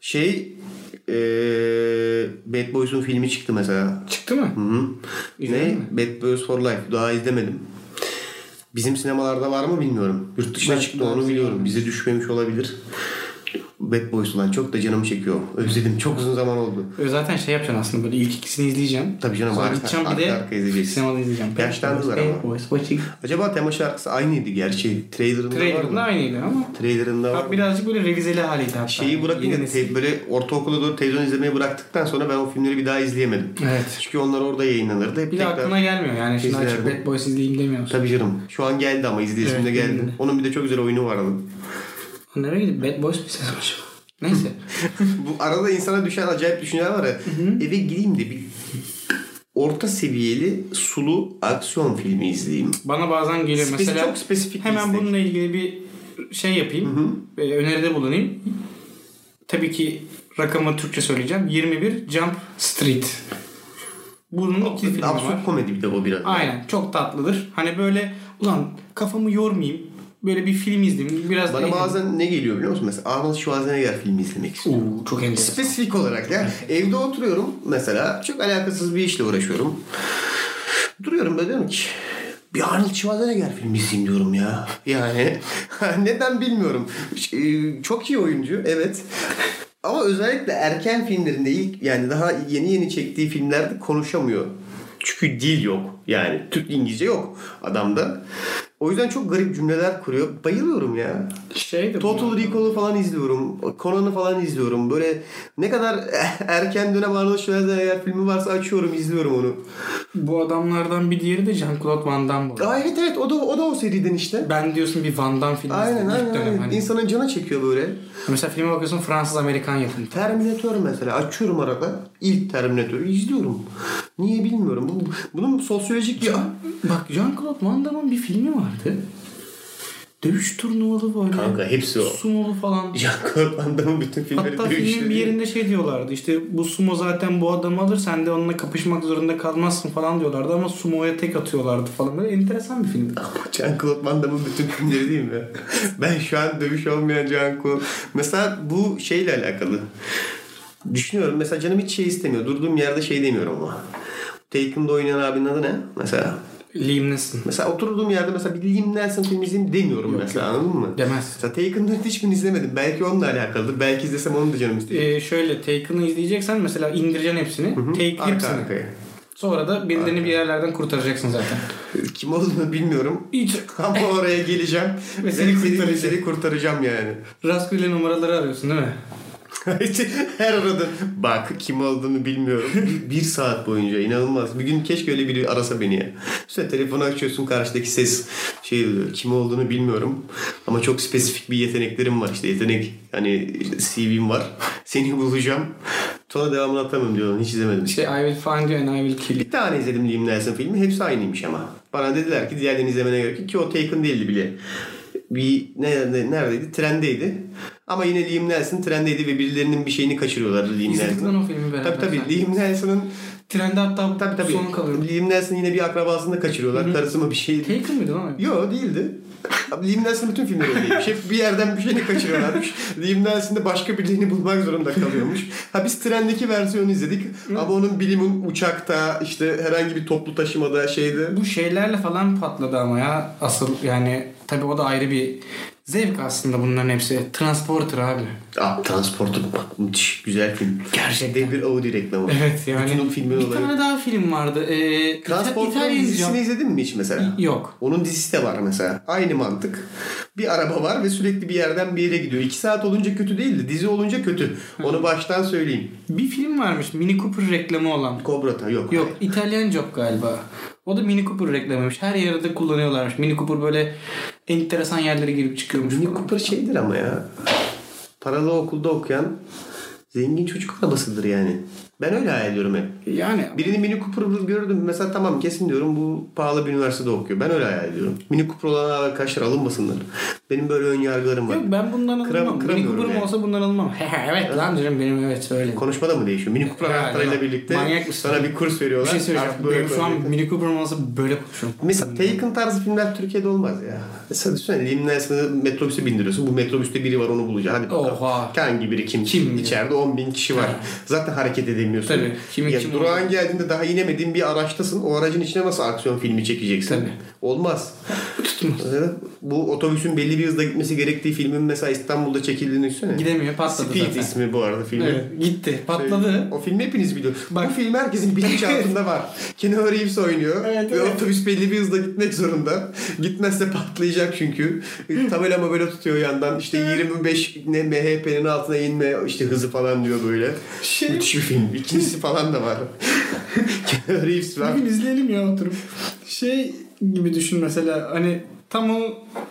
Şey eee Bad Boys'un filmi çıktı mesela. Çıktı mı? Hı -hı. İzledin Ne? mi? Bad Boys for Life. Daha izlemedim. Bizim sinemalarda var mı bilmiyorum. Yurt dışına Ben- çıktı ben onu biliyorum. izleyemedim. Bize düşmemiş olabilir. Bad Boys ulan çok da canım çekiyor. Özledim. Çok uzun zaman oldu. Ee, Zaten şey yapacağım aslında böyle ilk ikisini izleyeceğim. Tabii canım, Sonra arka- gideceğim bir arka de arka izleyeceğiz. sinemada izleyeceğim. Yaşlandılar ama. Hey boys, what you- Acaba tema şarkısı aynıydı gerçi. Trailerında var Trailer'ın mı? aynıydı ama. Trailerında var Bak mı? birazcık böyle revizeli haliydi hatta. Şeyi Yeni bırakınca nesil. te- böyle ortaokula doğru televizyon izlemeyi bıraktıktan sonra ben o filmleri bir daha izleyemedim. Evet. Çünkü onlar orada yayınlanırdı. Hep Bir de tekrar... aklına gelmiyor yani. Şimdi açıp İzlerdim. Bad Boys izleyeyim demiyorsun. Tabii canım. Şu an geldi ama izleyesim Evet, de geldi. benim de. Onun bir de çok güzel oyunu vardı. Nereye gidip Bad Boys bir ses açıyor. Neyse. Bu arada insana düşen acayip düşünceler var ya. Eve gideyim de bir orta seviyeli sulu aksiyon filmi izleyeyim. Bana bazen geliyor Spes- mesela. çok spesifik bir Hemen istek. bununla ilgili bir şey yapayım. Ee, öneride bulunayım. Tabii ki rakamı Türkçe söyleyeceğim. 21 Jump Street. Bunun iki filmi var. Absürt komedi bir de o biraz. Aynen. Çok tatlıdır. Hani böyle ulan kafamı yormayayım. Böyle bir film izleyeyim. Biraz Bana eğleneyim. bazen ne geliyor biliyor musun? Mesela Arnold Schwarzenegger filmi izlemek istiyorum. Oo, çok enteresan. Spesifik olarak ya. Evde oturuyorum mesela. Çok alakasız bir işle uğraşıyorum. Duruyorum böyle diyorum ki bir Arnold Schwarzenegger filmi izleyeyim diyorum ya. Yani neden bilmiyorum. Ee, Çok iyi oyuncu evet. Ama özellikle erken filmlerinde ilk yani daha yeni yeni çektiği filmlerde konuşamıyor. Çünkü dil yok. Yani Türk İngilizce yok adamda. O yüzden çok garip cümleler kuruyor. Bayılıyorum ya. Şey de Total Recall'u falan izliyorum. Conan'ı falan izliyorum. Böyle ne kadar erken dönem Arnold Schwarzenegger filmi varsa açıyorum izliyorum onu. Bu adamlardan bir diğeri de Jean-Claude Van Damme bu. Aa, evet evet o da o da o seriden işte. Ben diyorsun bir Van Damme filmi Aynen izledim ilk aynen. dönem aynen. hani. İnsanın canı çekiyor böyle. Mesela filme bakıyorsun Fransız Amerikan yapımı. Terminator mesela açıyorum arada. İlk Terminator'u izliyorum. Niye bilmiyorum. Bu, bunun sosyolojik ya. Bak Jean-Claude Van Damme'ın bir filmi vardı. Dövüş turnuvalı böyle. Kanka hepsi o. Sumolu falan. Jean-Claude Van Damme'ın bütün filmleri Hatta filmin dövüşleri. bir yerinde şey diyorlardı işte bu sumo zaten bu adamı alır sen de onunla kapışmak zorunda kalmazsın falan diyorlardı ama sumoya tek atıyorlardı falan böyle enteresan bir filmdi. Jean-Claude Van Damme'ın bütün filmleri değil mi? ben şu an dövüş olmayan Jean-Claude. Mesela bu şeyle alakalı. Düşünüyorum mesela canım hiç şey istemiyor. Durduğum yerde şey demiyorum ama. Taken'da oynayan abinin adı ne? Mesela. Liam Neeson. Mesela oturduğum yerde mesela bir Liam Neeson filmi izleyeyim demiyorum mesela anladın mı? Demez. Mesela Taken'ın hiçbirini izlemedim. Belki onunla alakalıdır. Belki izlesem onu da canım istiyor. Ee, şöyle Taken'ı izleyeceksen mesela indireceksin hepsini. Take Arka hepsini. arkaya. Sonra da birilerini bir yerlerden kurtaracaksın zaten. Kim olduğunu bilmiyorum. Hiç Ama oraya geleceğim. Ve seni seni, kurtaracağım. seni kurtaracağım yani. rastgele numaraları arıyorsun değil mi? Her arada bak kim olduğunu bilmiyorum. Bir, bir saat boyunca inanılmaz. Bir gün keşke öyle biri arasa beni ya. Sen telefonu açıyorsun karşıdaki ses şey diyor, kim olduğunu bilmiyorum. Ama çok spesifik bir yeteneklerim var işte yetenek hani işte CV'm var. Seni bulacağım. Sonra devamını atamam diyorlar. Hiç izlemedim. Şey I will find you and I will kill you. Bir tane izledim Liam Neeson filmi. Hepsi aynıymış ama. Bana dediler ki diğerlerini izlemene gerek yok ki o Taken değildi bile. Bir nerede, neredeydi? Trendeydi. Ama yine Liam Neeson trendeydi ve birilerinin bir şeyini kaçırıyorlardı Liam İzledik lan Neeson'ın. o filmi Tabii beraber. tabii sen. Liam Neeson'ın Trende hatta tabii tabii sonu kalıyordu. Liam Neeson yine bir akrabasını da kaçırıyorlar. Karısı mı bir şey. Taken mıydı lan? o? Yo değildi. Abi, Liam Neeson bütün filmleri öyleymiş. Hep bir yerden bir şeyini kaçırıyorlarmış. Liam Neeson de başka birini bulmak zorunda kalıyormuş. Ha biz trendeki versiyonu izledik. Ama onun bilimin uçakta işte herhangi bir toplu taşımada şeyde. Bu şeylerle falan patladı ama ya asıl yani tabii o da ayrı bir zevk aslında bunların hepsi. Transporter abi. Aa Transporter bak müthiş güzel film. Gerçekten. Dev bir Audi reklamı. Evet yani. Bütün o filmin bir olayı. tane daha film vardı. Ee, Transporter'ın İtalyan dizisini izledin mi hiç mesela? Yok. Onun dizisi de var mesela. Aynı mantık. Bir araba var ve sürekli bir yerden bir yere gidiyor. İki saat olunca kötü değil de dizi olunca kötü. Onu baştan söyleyeyim. Bir film varmış Mini Cooper reklamı olan. Cobra Kai yok. Yok İtalyan Job galiba. O da Mini Cooper reklamıymış. Her yerde kullanıyorlarmış. Mini Cooper böyle enteresan yerlere girip çıkıyormuş. Mini falan. Cooper şeydir ama ya. Paralı okulda okuyan zengin çocuk arabasıdır yani. Ben öyle hayal ediyorum hep. Yani Birini Mini Cooper'lı gördüm. Mesela tamam kesin diyorum bu pahalı bir üniversitede okuyor. Ben öyle hayal ediyorum. Mini Cooper olan arkadaşlar alınmasınlar. Benim böyle ön yargılarım var. Yok ben bundan Kıram- alınmam. Mini kıramıyorum Cooper'ım yani. olsa bundan alınmam. He he, evet lan canım benim evet şey öyle. Konuşmada mı değişiyor? Mini Cooper Herhalde anahtarıyla lan. birlikte Manyak mısın? sana bir kurs Bir veriyorlar. şey söyleyeceğim. Artık böyle Benim şu an koyacaksın. Mini Cooper'ım olsa böyle konuşurum. Mesela Taken tarzı filmler Türkiye'de olmaz ya. Mesela düşünsene Liam Neeson'ı metrobüse bindiriyorsun. Bu metrobüste biri var onu bulacak. Hadi bakalım. Oha. Hangi biri kim? Kim bilir? İçeride 10 bin kişi var. Zaten hareket edemiyorsun. Tabii. Kimin ya kim durağın geldiğinde daha inemediğin bir araçtasın. O aracın içine nasıl aksiyon filmi çekeceksin? Tabii. Olmaz. Tutmaz. Mesela Bu otobüsün belli bir hızda gitmesi gerektiği filmin mesela İstanbul'da çekildiğini düşünsene. Gidemiyor patladı Speed zaten. ismi bu arada filmin. Evet, gitti patladı. Şey, O filmi hepiniz biliyor. Bak- Bu film herkesin bilinçaltında var. Keanu Reeves oynuyor. Evet, ve evet. otobüs belli bir hızda gitmek zorunda. Gitmezse patlayacak çünkü. E, Tabela mabela tutuyor yandan. İşte 25 ne MHP'nin altına inme işte hızı falan diyor böyle. Şey- Müthiş bir film. İkincisi falan da var. Keanu Reeves var. Bugün izleyelim ya oturup. Şey gibi düşün mesela hani tam o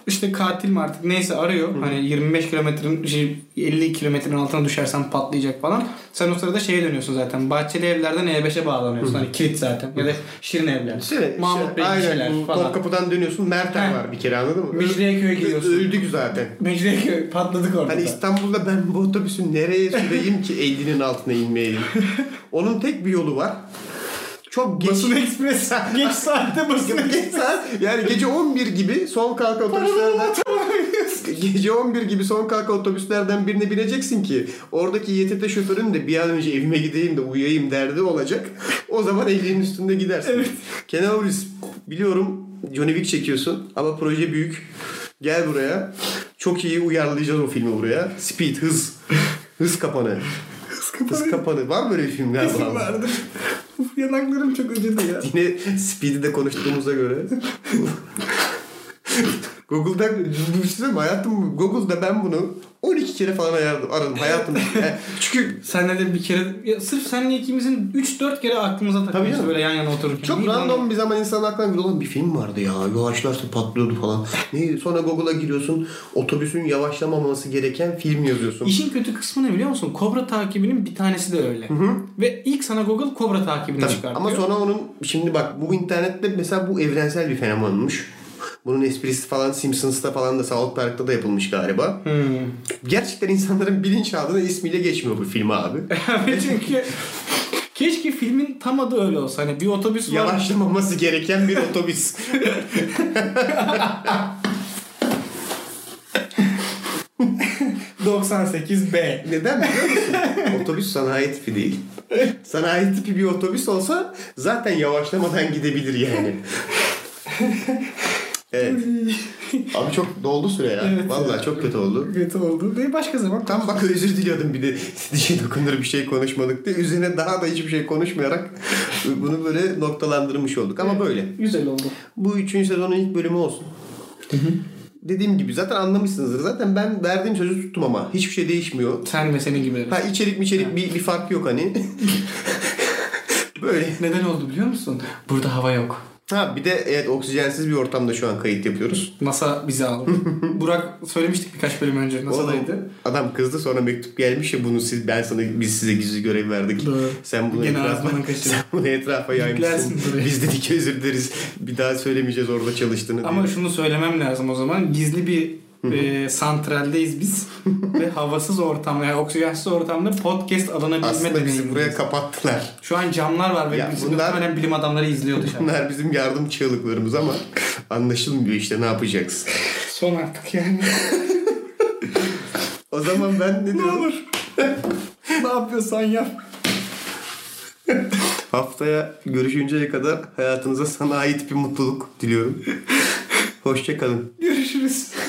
işte katil mi artık neyse arıyor. Hani 25 kilometrenin şey, 50 kilometrenin altına düşersen patlayacak falan. Sen o sırada şeye dönüyorsun zaten. Bahçeli evlerden E5'e bağlanıyorsun. Hani kilit zaten. Ya da şirin evler. Şöyle, Mahmut Bey bir Şey, aynen, şeyler bu falan. Topkapı'dan dönüyorsun. Mertem Heh. var bir kere anladın mı? Mecidiyeköy'e Ö- gidiyorsun. Öldük zaten. Mecidiyeköy patladık orada. Hani İstanbul'da ben bu otobüsü nereye süreyim ki 50'nin altına inmeyeyim? Onun tek bir yolu var. Çok geç. Basın Ekspres. Geç saatte basın geç saat. Yani gece 11 gibi son kalka otobüslerden gece 11 gibi son kalka otobüslerden birine bineceksin ki oradaki YTT şoförün de bir an önce evime gideyim de uyuyayım derdi olacak. O zaman 50'nin üstünde gidersin. Evet. Kenan Ulis, biliyorum Johnny Wick çekiyorsun ama proje büyük. Gel buraya. Çok iyi uyarlayacağız o filmi buraya. Speed, hız. Hız kapanı. Hız kapanı. Var mı böyle bir film galiba? vardır. Uf, Yanaklarım çok acıdı ya. Yine Speed'i de konuştuğumuza göre Google'da bu size mi hayatım Google'da ben bunu 12 kere falan aradım, aradım hayatım. Yani çünkü Senle de bir kere ya sırf senle ikimizin 3-4 kere aklımıza takmıştı canım. böyle yan yana otururken. çok Bir random bir zaman insanın aklına geliyor. "Ulan Bir film vardı ya. Yavaşlarsa patlıyordu falan. Ne? Sonra Google'a giriyorsun. Otobüsün yavaşlamaması gereken film yazıyorsun. İşin kötü kısmı ne biliyor musun? Kobra takibinin bir tanesi de öyle. Ve ilk sana Google Kobra takibini Tabii. çıkartıyor. Ama sonra onun şimdi bak bu internette mesela bu evrensel bir fenomenmiş. Bunun esprisi falan Simpsons'ta falan da South Park'ta da yapılmış galiba. Hmm. Gerçekten insanların bilinçaltına ismiyle geçmiyor bu film abi. Abi çünkü keşke filmin tam adı öyle olsa. Hani bir otobüs var. Yavaşlamaması gereken bir otobüs. Hı. 98B. Neden biliyor musun? otobüs sanayi tipi değil. Sanayi tipi bir otobüs olsa zaten yavaşlamadan gidebilir yani. evet. Abi çok doldu süre ya. Evet Vallahi çok kötü oldu. Kötü oldu. Ve başka zaman Tam bak özür diliyordum bir de dişe dokunur bir şey konuşmadık diye. Üzerine daha da hiçbir şey konuşmayarak bunu böyle noktalandırmış olduk. Ama böyle. Güzel oldu. Bu 3. sezonun ilk bölümü olsun. Dediğim gibi zaten anlamışsınızdır. Zaten ben verdiğim sözü tuttum ama. Hiçbir şey değişmiyor. Sen ve senin gibileri. Ha içerik mi içerik bir, bir fark yok hani. böyle. Neden oldu biliyor musun? Burada hava yok. Ha bir de evet oksijensiz bir ortamda şu an kayıt yapıyoruz. NASA bizi aldı. Burak söylemiştik birkaç bölüm önce NASA'daydı. Oğlum, Adam kızdı sonra mektup gelmiş ya bunu siz ben sana biz size gizli görev verdik. Doğru. Sen bunu Gene etrafa, ağzından kaçırdın. sen bunu etrafa yaymışsın. Yüklersin buraya. Biz dedik ki özür dileriz. Bir daha söylemeyeceğiz orada çalıştığını. Ama diye. şunu söylemem lazım o zaman. Gizli bir e, santraldeyiz biz. ve havasız ortam yani oksijensiz ortamda podcast alınabilme aslında bizi deneyimi. buraya kapattılar. Şu an camlar var ve Ya bizim bunlar- muhtemelen bilim adamları izliyor dışarı. Bunlar bizim yardım çığlıklarımız ama anlaşılmıyor işte ne yapacağız. Son artık yani. O zaman ben ne diyorum? ne yapıyorsan yap. Haftaya görüşünceye kadar hayatınıza sana ait bir mutluluk diliyorum. Hoşçakalın. Görüşürüz.